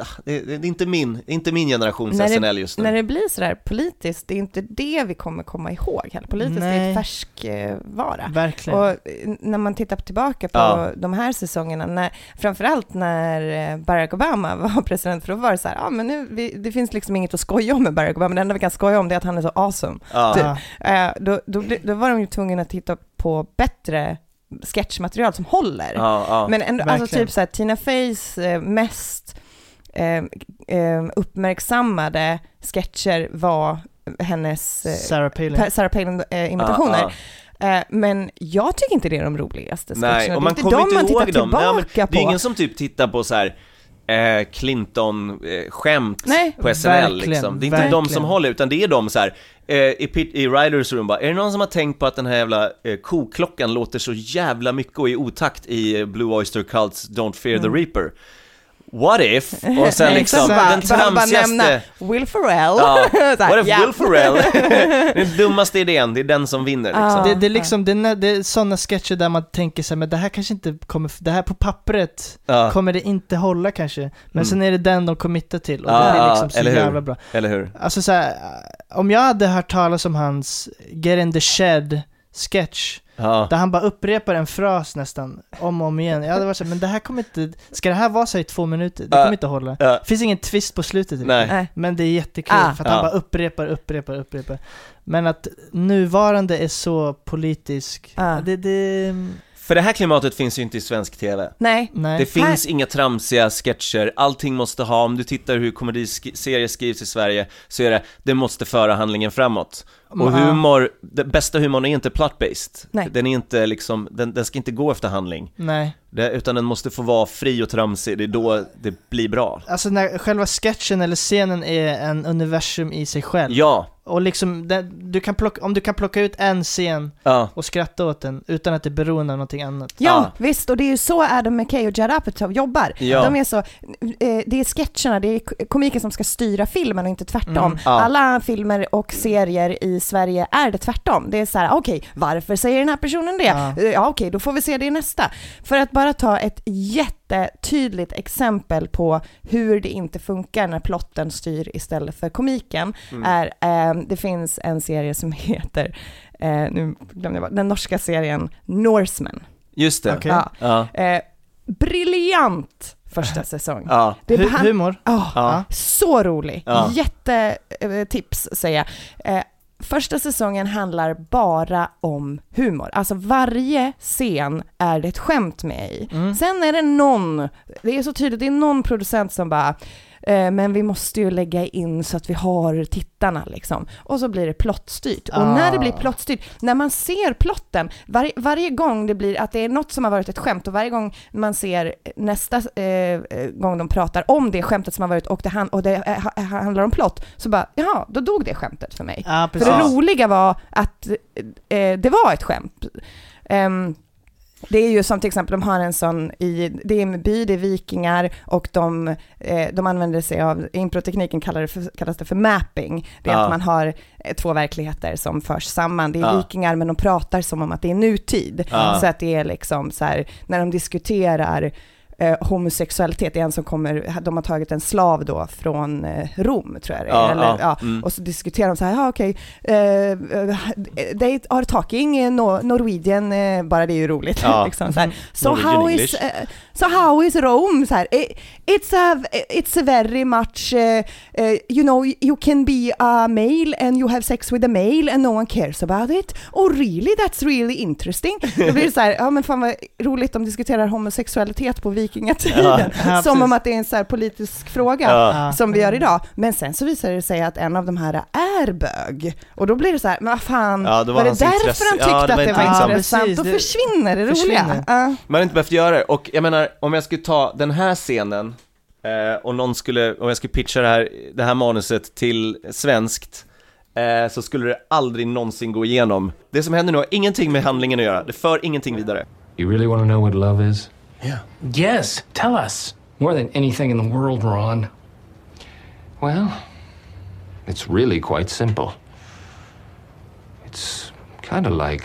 Speaker 2: eh, det, det är inte min, det är inte min generations
Speaker 10: när
Speaker 2: SNL
Speaker 10: det,
Speaker 2: just nu.
Speaker 10: När det blir sådär politiskt, det är inte det vi kommer komma ihåg heller. Politiskt är
Speaker 7: Nej.
Speaker 10: ett färskvara.
Speaker 7: Verkligen.
Speaker 10: Och eh, när man tittar tillbaka på
Speaker 7: Ja.
Speaker 10: de här säsongerna, när, framförallt när eh, Barack Obama var president, för då var det så här, ah, men nu, vi, det finns liksom inget att skoja om med Barack Obama, det enda vi kan skoja om det är att han är så awesome.
Speaker 2: Ja.
Speaker 10: Typ. Eh, då, då, bli- då var de ju tvungna att titta på bättre sketchmaterial som håller.
Speaker 2: Ja, ja.
Speaker 10: Men ändå, alltså
Speaker 2: Verkligen.
Speaker 10: typ så här, Tina Feys eh, mest eh, eh, uppmärksammade sketcher var hennes eh,
Speaker 7: Sarah Palin.
Speaker 10: Pa- Sarah Palin eh, imitationer.
Speaker 2: Ja,
Speaker 10: Eh, Men jag tycker inte det är de roligaste sketcherna.
Speaker 2: och
Speaker 10: det är inte de man tittar tillbaka
Speaker 2: Nej, men Det är
Speaker 10: på.
Speaker 2: ingen som typ tittar på så här eh, Clinton-skämt
Speaker 10: Nej.
Speaker 2: på SNL
Speaker 10: Verkligen,
Speaker 2: liksom. Det är inte de
Speaker 10: verkligen.
Speaker 2: som håller, utan det är de så här eh, i, Pit- i Riders room bara, är det någon som har tänkt på att den här jävla eh, koklockan låter så jävla mycket och är i otakt i eh, Blue Oyster Cults Don't Fear the
Speaker 10: Mm.
Speaker 2: Reaper? what if? Och sen liksom,
Speaker 10: Exakt.
Speaker 2: den
Speaker 10: Behöver bara nämna
Speaker 2: tramsigaste...
Speaker 10: Will Ferrell.
Speaker 2: Ja.
Speaker 10: Så här,
Speaker 2: What if
Speaker 10: ja.
Speaker 2: Will Ferrell? den dummaste idén, det är den som vinner liksom.
Speaker 7: Det, det är liksom, det är, när- det är sådana sketcher där man tänker sig men det här kanske inte kommer, det här på pappret
Speaker 2: Ja.
Speaker 7: kommer det inte hålla kanske. Men
Speaker 2: Mm.
Speaker 7: sen är det den de committar till och
Speaker 2: Ja,
Speaker 7: det blir
Speaker 2: ja,
Speaker 7: liksom så
Speaker 2: eller hur?
Speaker 7: jävla bra.
Speaker 2: Eller hur?
Speaker 7: Alltså så här, om jag hade hört talas om hans Get in the Shed sketch,
Speaker 2: Ja.
Speaker 7: där han bara upprepar en fras nästan om och om igen. Jag hade varit såhär, men det här kommer inte, ska det här vara så här i två minuter? Det
Speaker 2: Ja.
Speaker 7: kommer inte hålla.
Speaker 2: Ja.
Speaker 7: Finns ingen twist på slutet typ. riktigt.
Speaker 2: Nej. Nej.
Speaker 7: Men det är jättekul
Speaker 2: Ah.
Speaker 7: för att han
Speaker 2: Ja.
Speaker 7: bara upprepar, upprepar, upprepar. Men att nuvarande är så politisk, det, det...
Speaker 2: För det här klimatet finns ju inte i svensk TV.
Speaker 10: Nej.
Speaker 7: Nej.
Speaker 2: Det finns inga tramsiga sketcher, allting måste ha, om du tittar hur komediserier skrivs i Sverige så är det, det måste föra handlingen framåt. Och
Speaker 10: Ja.
Speaker 2: humor, den bästa humorn är inte plot-based.
Speaker 10: Mm. Nej.
Speaker 2: Den är inte liksom, den, den ska inte gå efter handling.
Speaker 7: Nej.
Speaker 2: Det, utan den måste få vara fri och tramsig, det är då det blir bra.
Speaker 7: Alltså när själva sketchen eller scenen är en universum i sig själv.
Speaker 2: Ja.
Speaker 7: Och liksom, det, du kan plocka, om du kan plocka ut en scen
Speaker 2: Ja.
Speaker 7: och skratta åt den utan att det är beroende av någonting annat.
Speaker 10: Ja, visst. Och det är ju så Adam McKay och Judd Apatow jobbar.
Speaker 7: Ja.
Speaker 10: De är så, eh, det är sketcherna, det är k- komiken som ska styra filmen och inte tvärtom.
Speaker 1: Mm. Ja.
Speaker 10: Alla filmer och serier i Sverige är det tvärtom. Det är så här, okej, varför säger den här personen det?
Speaker 1: Ja.
Speaker 10: Ja, ja okej, då får vi se det i nästa. För att bara ta ett jättetydligt exempel på hur det inte funkar när plotten styr istället för komiken,
Speaker 1: Mm.
Speaker 10: är ehm, det finns en serie som heter, eh, nu glömde jag vad- den norska serien Norseman.
Speaker 2: Just det.
Speaker 10: Okej. Ja.
Speaker 2: Ja.
Speaker 10: Eh, briljant första säsong.
Speaker 2: Ja. Hu-
Speaker 10: behan-
Speaker 2: humor.
Speaker 10: Ja.
Speaker 2: Ja.
Speaker 10: Så rolig.
Speaker 2: Ja.
Speaker 10: Jättetips säger jag. Eh, första säsongen handlar bara om humor. Alltså varje scen är det ett skämt med i.
Speaker 2: Mm.
Speaker 10: Sen är det någon, det är så tydligt, det är någon producent som bara eh, men vi måste ju lägga in så att vi har tittarna liksom. Och så blir det plottstyrt. Och när det blir
Speaker 1: Ah.
Speaker 10: plottstyrt plottstyrt. När man ser plotten, varje- varje gång det blir att det är något som har varit ett skämt och varje gång man ser nästa eh, eh, gång de pratar om det skämtet som har varit och det, han, och det eh, ha- handlar om plott, så bara jaha, då dog det skämtet för mig.
Speaker 7: Ja,
Speaker 10: för
Speaker 7: precis.
Speaker 10: det
Speaker 7: Ja.
Speaker 10: roliga var att eh, det var ett skämt. Ehm, det är ju som till exempel, de har en sån i, det är en by, det är vikingar och de, eh, de använder sig av, improtekniken kallar det för, kallas det för mapping. Det är
Speaker 1: Ja.
Speaker 10: att man har eh, två verkligheter som förs samman. Det är
Speaker 1: Ja.
Speaker 10: vikingar men de pratar som om att det är nutid.
Speaker 1: Ja.
Speaker 10: Så att det är liksom så här, när de diskuterar eh, homosexualitet, det är en som kommer, de har tagit en slav då från eh, Rom tror jag det är,
Speaker 1: Ja,
Speaker 10: eller,
Speaker 1: ja,
Speaker 10: ja,
Speaker 1: mm.
Speaker 10: och så diskuterar de så här, ja okej, eh, okay, they are talking eh, no, Norwegian, eh, bara det är ju roligt.
Speaker 1: Ja. Mm.
Speaker 10: liksom, så här. So
Speaker 1: Norwegian
Speaker 10: how is,
Speaker 1: English.
Speaker 10: eh, so how is Rome? Så här, eh, it's, a, it's a very much, eh, eh, you know, you can be a male and you have sex with a male and no one cares about it. Oh really, that's really interesting. Då blir det så här, ja men fan vad roligt de diskuterar homosexualitet på vikingatiden.
Speaker 1: Ja, ja,
Speaker 10: som om
Speaker 1: precis.
Speaker 10: att det är en så här politisk fråga
Speaker 1: Ja.
Speaker 10: som vi gör idag. Men sen så visar det sig att en av de här är bög. Och då blir det så här, men vad fan,
Speaker 2: Ja, då var
Speaker 10: Mm. var, det
Speaker 2: hans
Speaker 10: därför
Speaker 2: intresse-
Speaker 10: han tyckte
Speaker 2: ja, det
Speaker 10: att
Speaker 2: var
Speaker 10: det
Speaker 2: inte
Speaker 10: var
Speaker 2: intressant.
Speaker 10: intressant?
Speaker 7: Precis,
Speaker 10: då
Speaker 7: det-
Speaker 10: försvinner det
Speaker 7: försvinner.
Speaker 10: roliga. Ja.
Speaker 2: Man har inte behövt göra det, och jag menar, om jag skulle ta den här scenen eh, och någon skulle, om jag skulle pitcha det här, det här manuset till svenskt eh, så skulle det aldrig någonsin gå igenom. Det som händer nu har ingenting med handlingen att göra, det för ingenting vidare.
Speaker 6: You really want to know what love is? Yeah. Yes, tell us. More than anything in the world, Ron. Well, it's really quite simple. It's kind of like.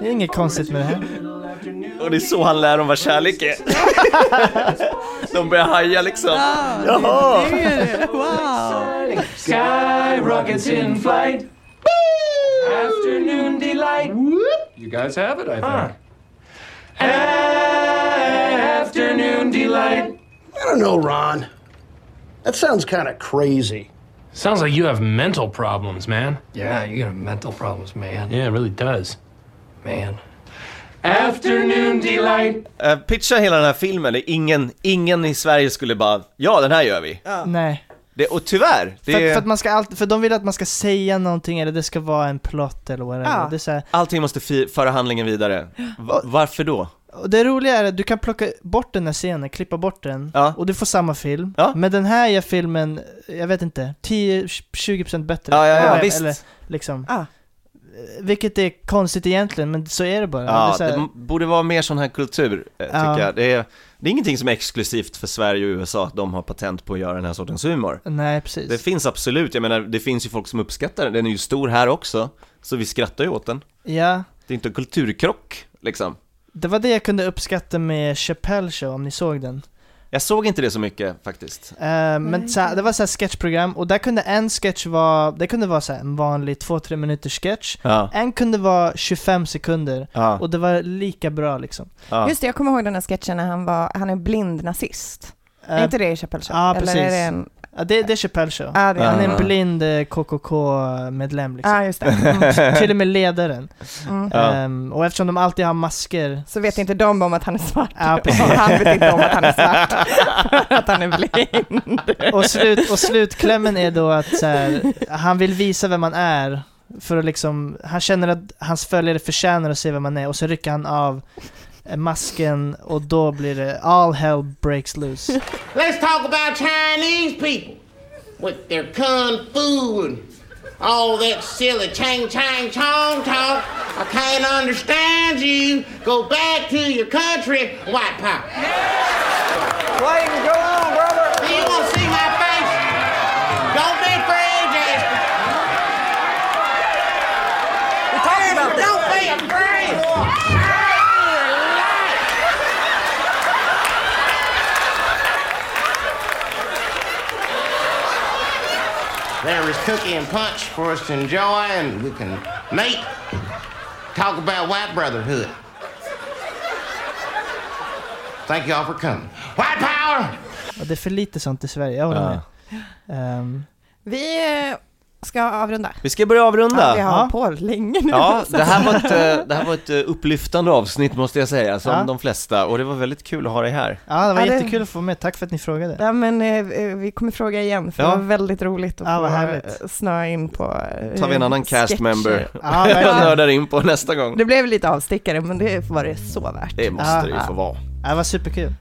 Speaker 7: Det är inget konstigt med det här.
Speaker 2: Och det är så han lär dem vad kärlek är. De börjar haja liksom. Jaha!
Speaker 6: Sky rockets in flight. Afternoon delight. You guys have it, I think. Afternoon delight.
Speaker 22: I don't know, Ron. That sounds kind of crazy.
Speaker 6: Sounds like you have mental problems, man. Yeah, you got mental problems, man. Yeah, it really does. Man. Afternoon delight.
Speaker 2: Eh, pitcha hela den här filmen, det är ingen, ingen i Sverige skulle bara, ja den här gör vi.
Speaker 7: Nej.
Speaker 2: Det, och tyvärr, det
Speaker 7: För, att-
Speaker 2: är,
Speaker 7: för, att man ska allt, för de vill att man ska säga någonting eller det ska vara en plot eller whatever.
Speaker 2: Ja.
Speaker 7: Det är så här,
Speaker 2: allting måste fi- föra handlingen vidare. Va- varför då?
Speaker 7: och det roliga är att du kan plocka bort den här scenen, klippa bort den,
Speaker 2: Ja.
Speaker 7: och du får samma film.
Speaker 2: Ja.
Speaker 7: Men den här gör filmen, jag vet inte, 10-20% bättre.
Speaker 2: Ja, ja, ja,
Speaker 7: Eller-
Speaker 2: visst.
Speaker 7: Eller, liksom. Vilket är konstigt egentligen, men så är det bara. det är
Speaker 2: Ja,
Speaker 7: så här,
Speaker 2: det m- borde vara mer sån här kultur, eh, tycker
Speaker 7: Ja.
Speaker 2: jag. Det är, det är ingenting som är exklusivt för Sverige och USA, att de har patent på att göra den här sortens humor.
Speaker 7: Nej, precis.
Speaker 2: Det finns absolut, jag menar, det finns ju folk som uppskattar den, den är ju stor här också, så vi skrattar ju åt den.
Speaker 7: Ja,
Speaker 2: Det är inte en kulturkrock, liksom.
Speaker 7: det var det jag kunde uppskatta med Chappelle Show, om ni såg den.
Speaker 2: Jag såg inte det så mycket faktiskt.
Speaker 7: Eh, men så här, det var så här sketchprogram och där kunde en sketch vara, det kunde vara så här en vanlig 2-3 minuters sketch.
Speaker 2: Ja.
Speaker 7: En kunde vara 25 sekunder
Speaker 2: Ja.
Speaker 7: och det var lika bra liksom.
Speaker 10: Just det, jag kommer ihåg den här sketchen när han var, han är blind nazist.
Speaker 7: Eh,
Speaker 10: är inte det i Chappelle Show?
Speaker 7: Ja,
Speaker 10: typ. Eller
Speaker 7: precis.
Speaker 10: Är det en...
Speaker 7: Ja, det, det är Chappelle Show.
Speaker 10: Ja, det är
Speaker 7: Han är
Speaker 10: han.
Speaker 7: en blind eh, KKK-medlem liksom.
Speaker 10: Ja, just det. Mm.
Speaker 7: Till och med ledaren.
Speaker 10: Mm.
Speaker 2: Ja.
Speaker 7: Ehm, och eftersom de alltid har masker
Speaker 10: Så vet inte de om att han är svart.
Speaker 7: Ja, precis.
Speaker 10: Och han vet inte om att han är svart. För att han är blind.
Speaker 7: och, slut, och slutklämmen är då att så här, han vill visa vem han är. För att liksom, han känner att hans följare förtjänar att se vem han är och så rycker han av eh, masken och då blir det all hell breaks loose.
Speaker 8: Let's talk about Chinese people with their kung fu and all that silly chang chang chong talk. I can't understand you. Go back to your country, white power. Wait, go on, brother. Do you want to see my face? Don't be afraid, Jasper. We're talking about Don't be afraid. There is cookie and punch for us to enjoy, and we can mate, talk about white brotherhood. Thank y'all for coming. White power!
Speaker 7: Och det är för lite sånt i Sverige, jag håller
Speaker 2: Ja.
Speaker 7: med. Ehm,
Speaker 10: Vi eh, ska avrunda.
Speaker 2: Vi ska börja avrunda.
Speaker 10: Ja, vi har hållit på länge nu. alltså.
Speaker 2: Ja, det här var ett, eh, det här var ett eh, upplyftande avsnitt måste jag säga, som
Speaker 7: Ja.
Speaker 2: de flesta, och det var väldigt kul att ha dig här.
Speaker 7: ja, det var
Speaker 10: Ja, det-
Speaker 7: jättekul att få vara med, tack för att ni frågade.
Speaker 10: Ja, men eh, eh, vi kommer fråga igen, för
Speaker 2: Ja.
Speaker 10: det var väldigt roligt att
Speaker 7: Ja, vad
Speaker 10: få
Speaker 7: härligt.
Speaker 10: eh, snöa in på eh,
Speaker 2: tar vi en annan cast
Speaker 10: sketcher.
Speaker 2: member
Speaker 10: Ja,
Speaker 2: och
Speaker 10: verkligen.
Speaker 2: nördar in på nästa gång.
Speaker 10: det blev lite avstickare, men det var det så värt.
Speaker 2: Det måste det ju
Speaker 10: Ja.
Speaker 2: få vara.
Speaker 7: Ja, det var superkul.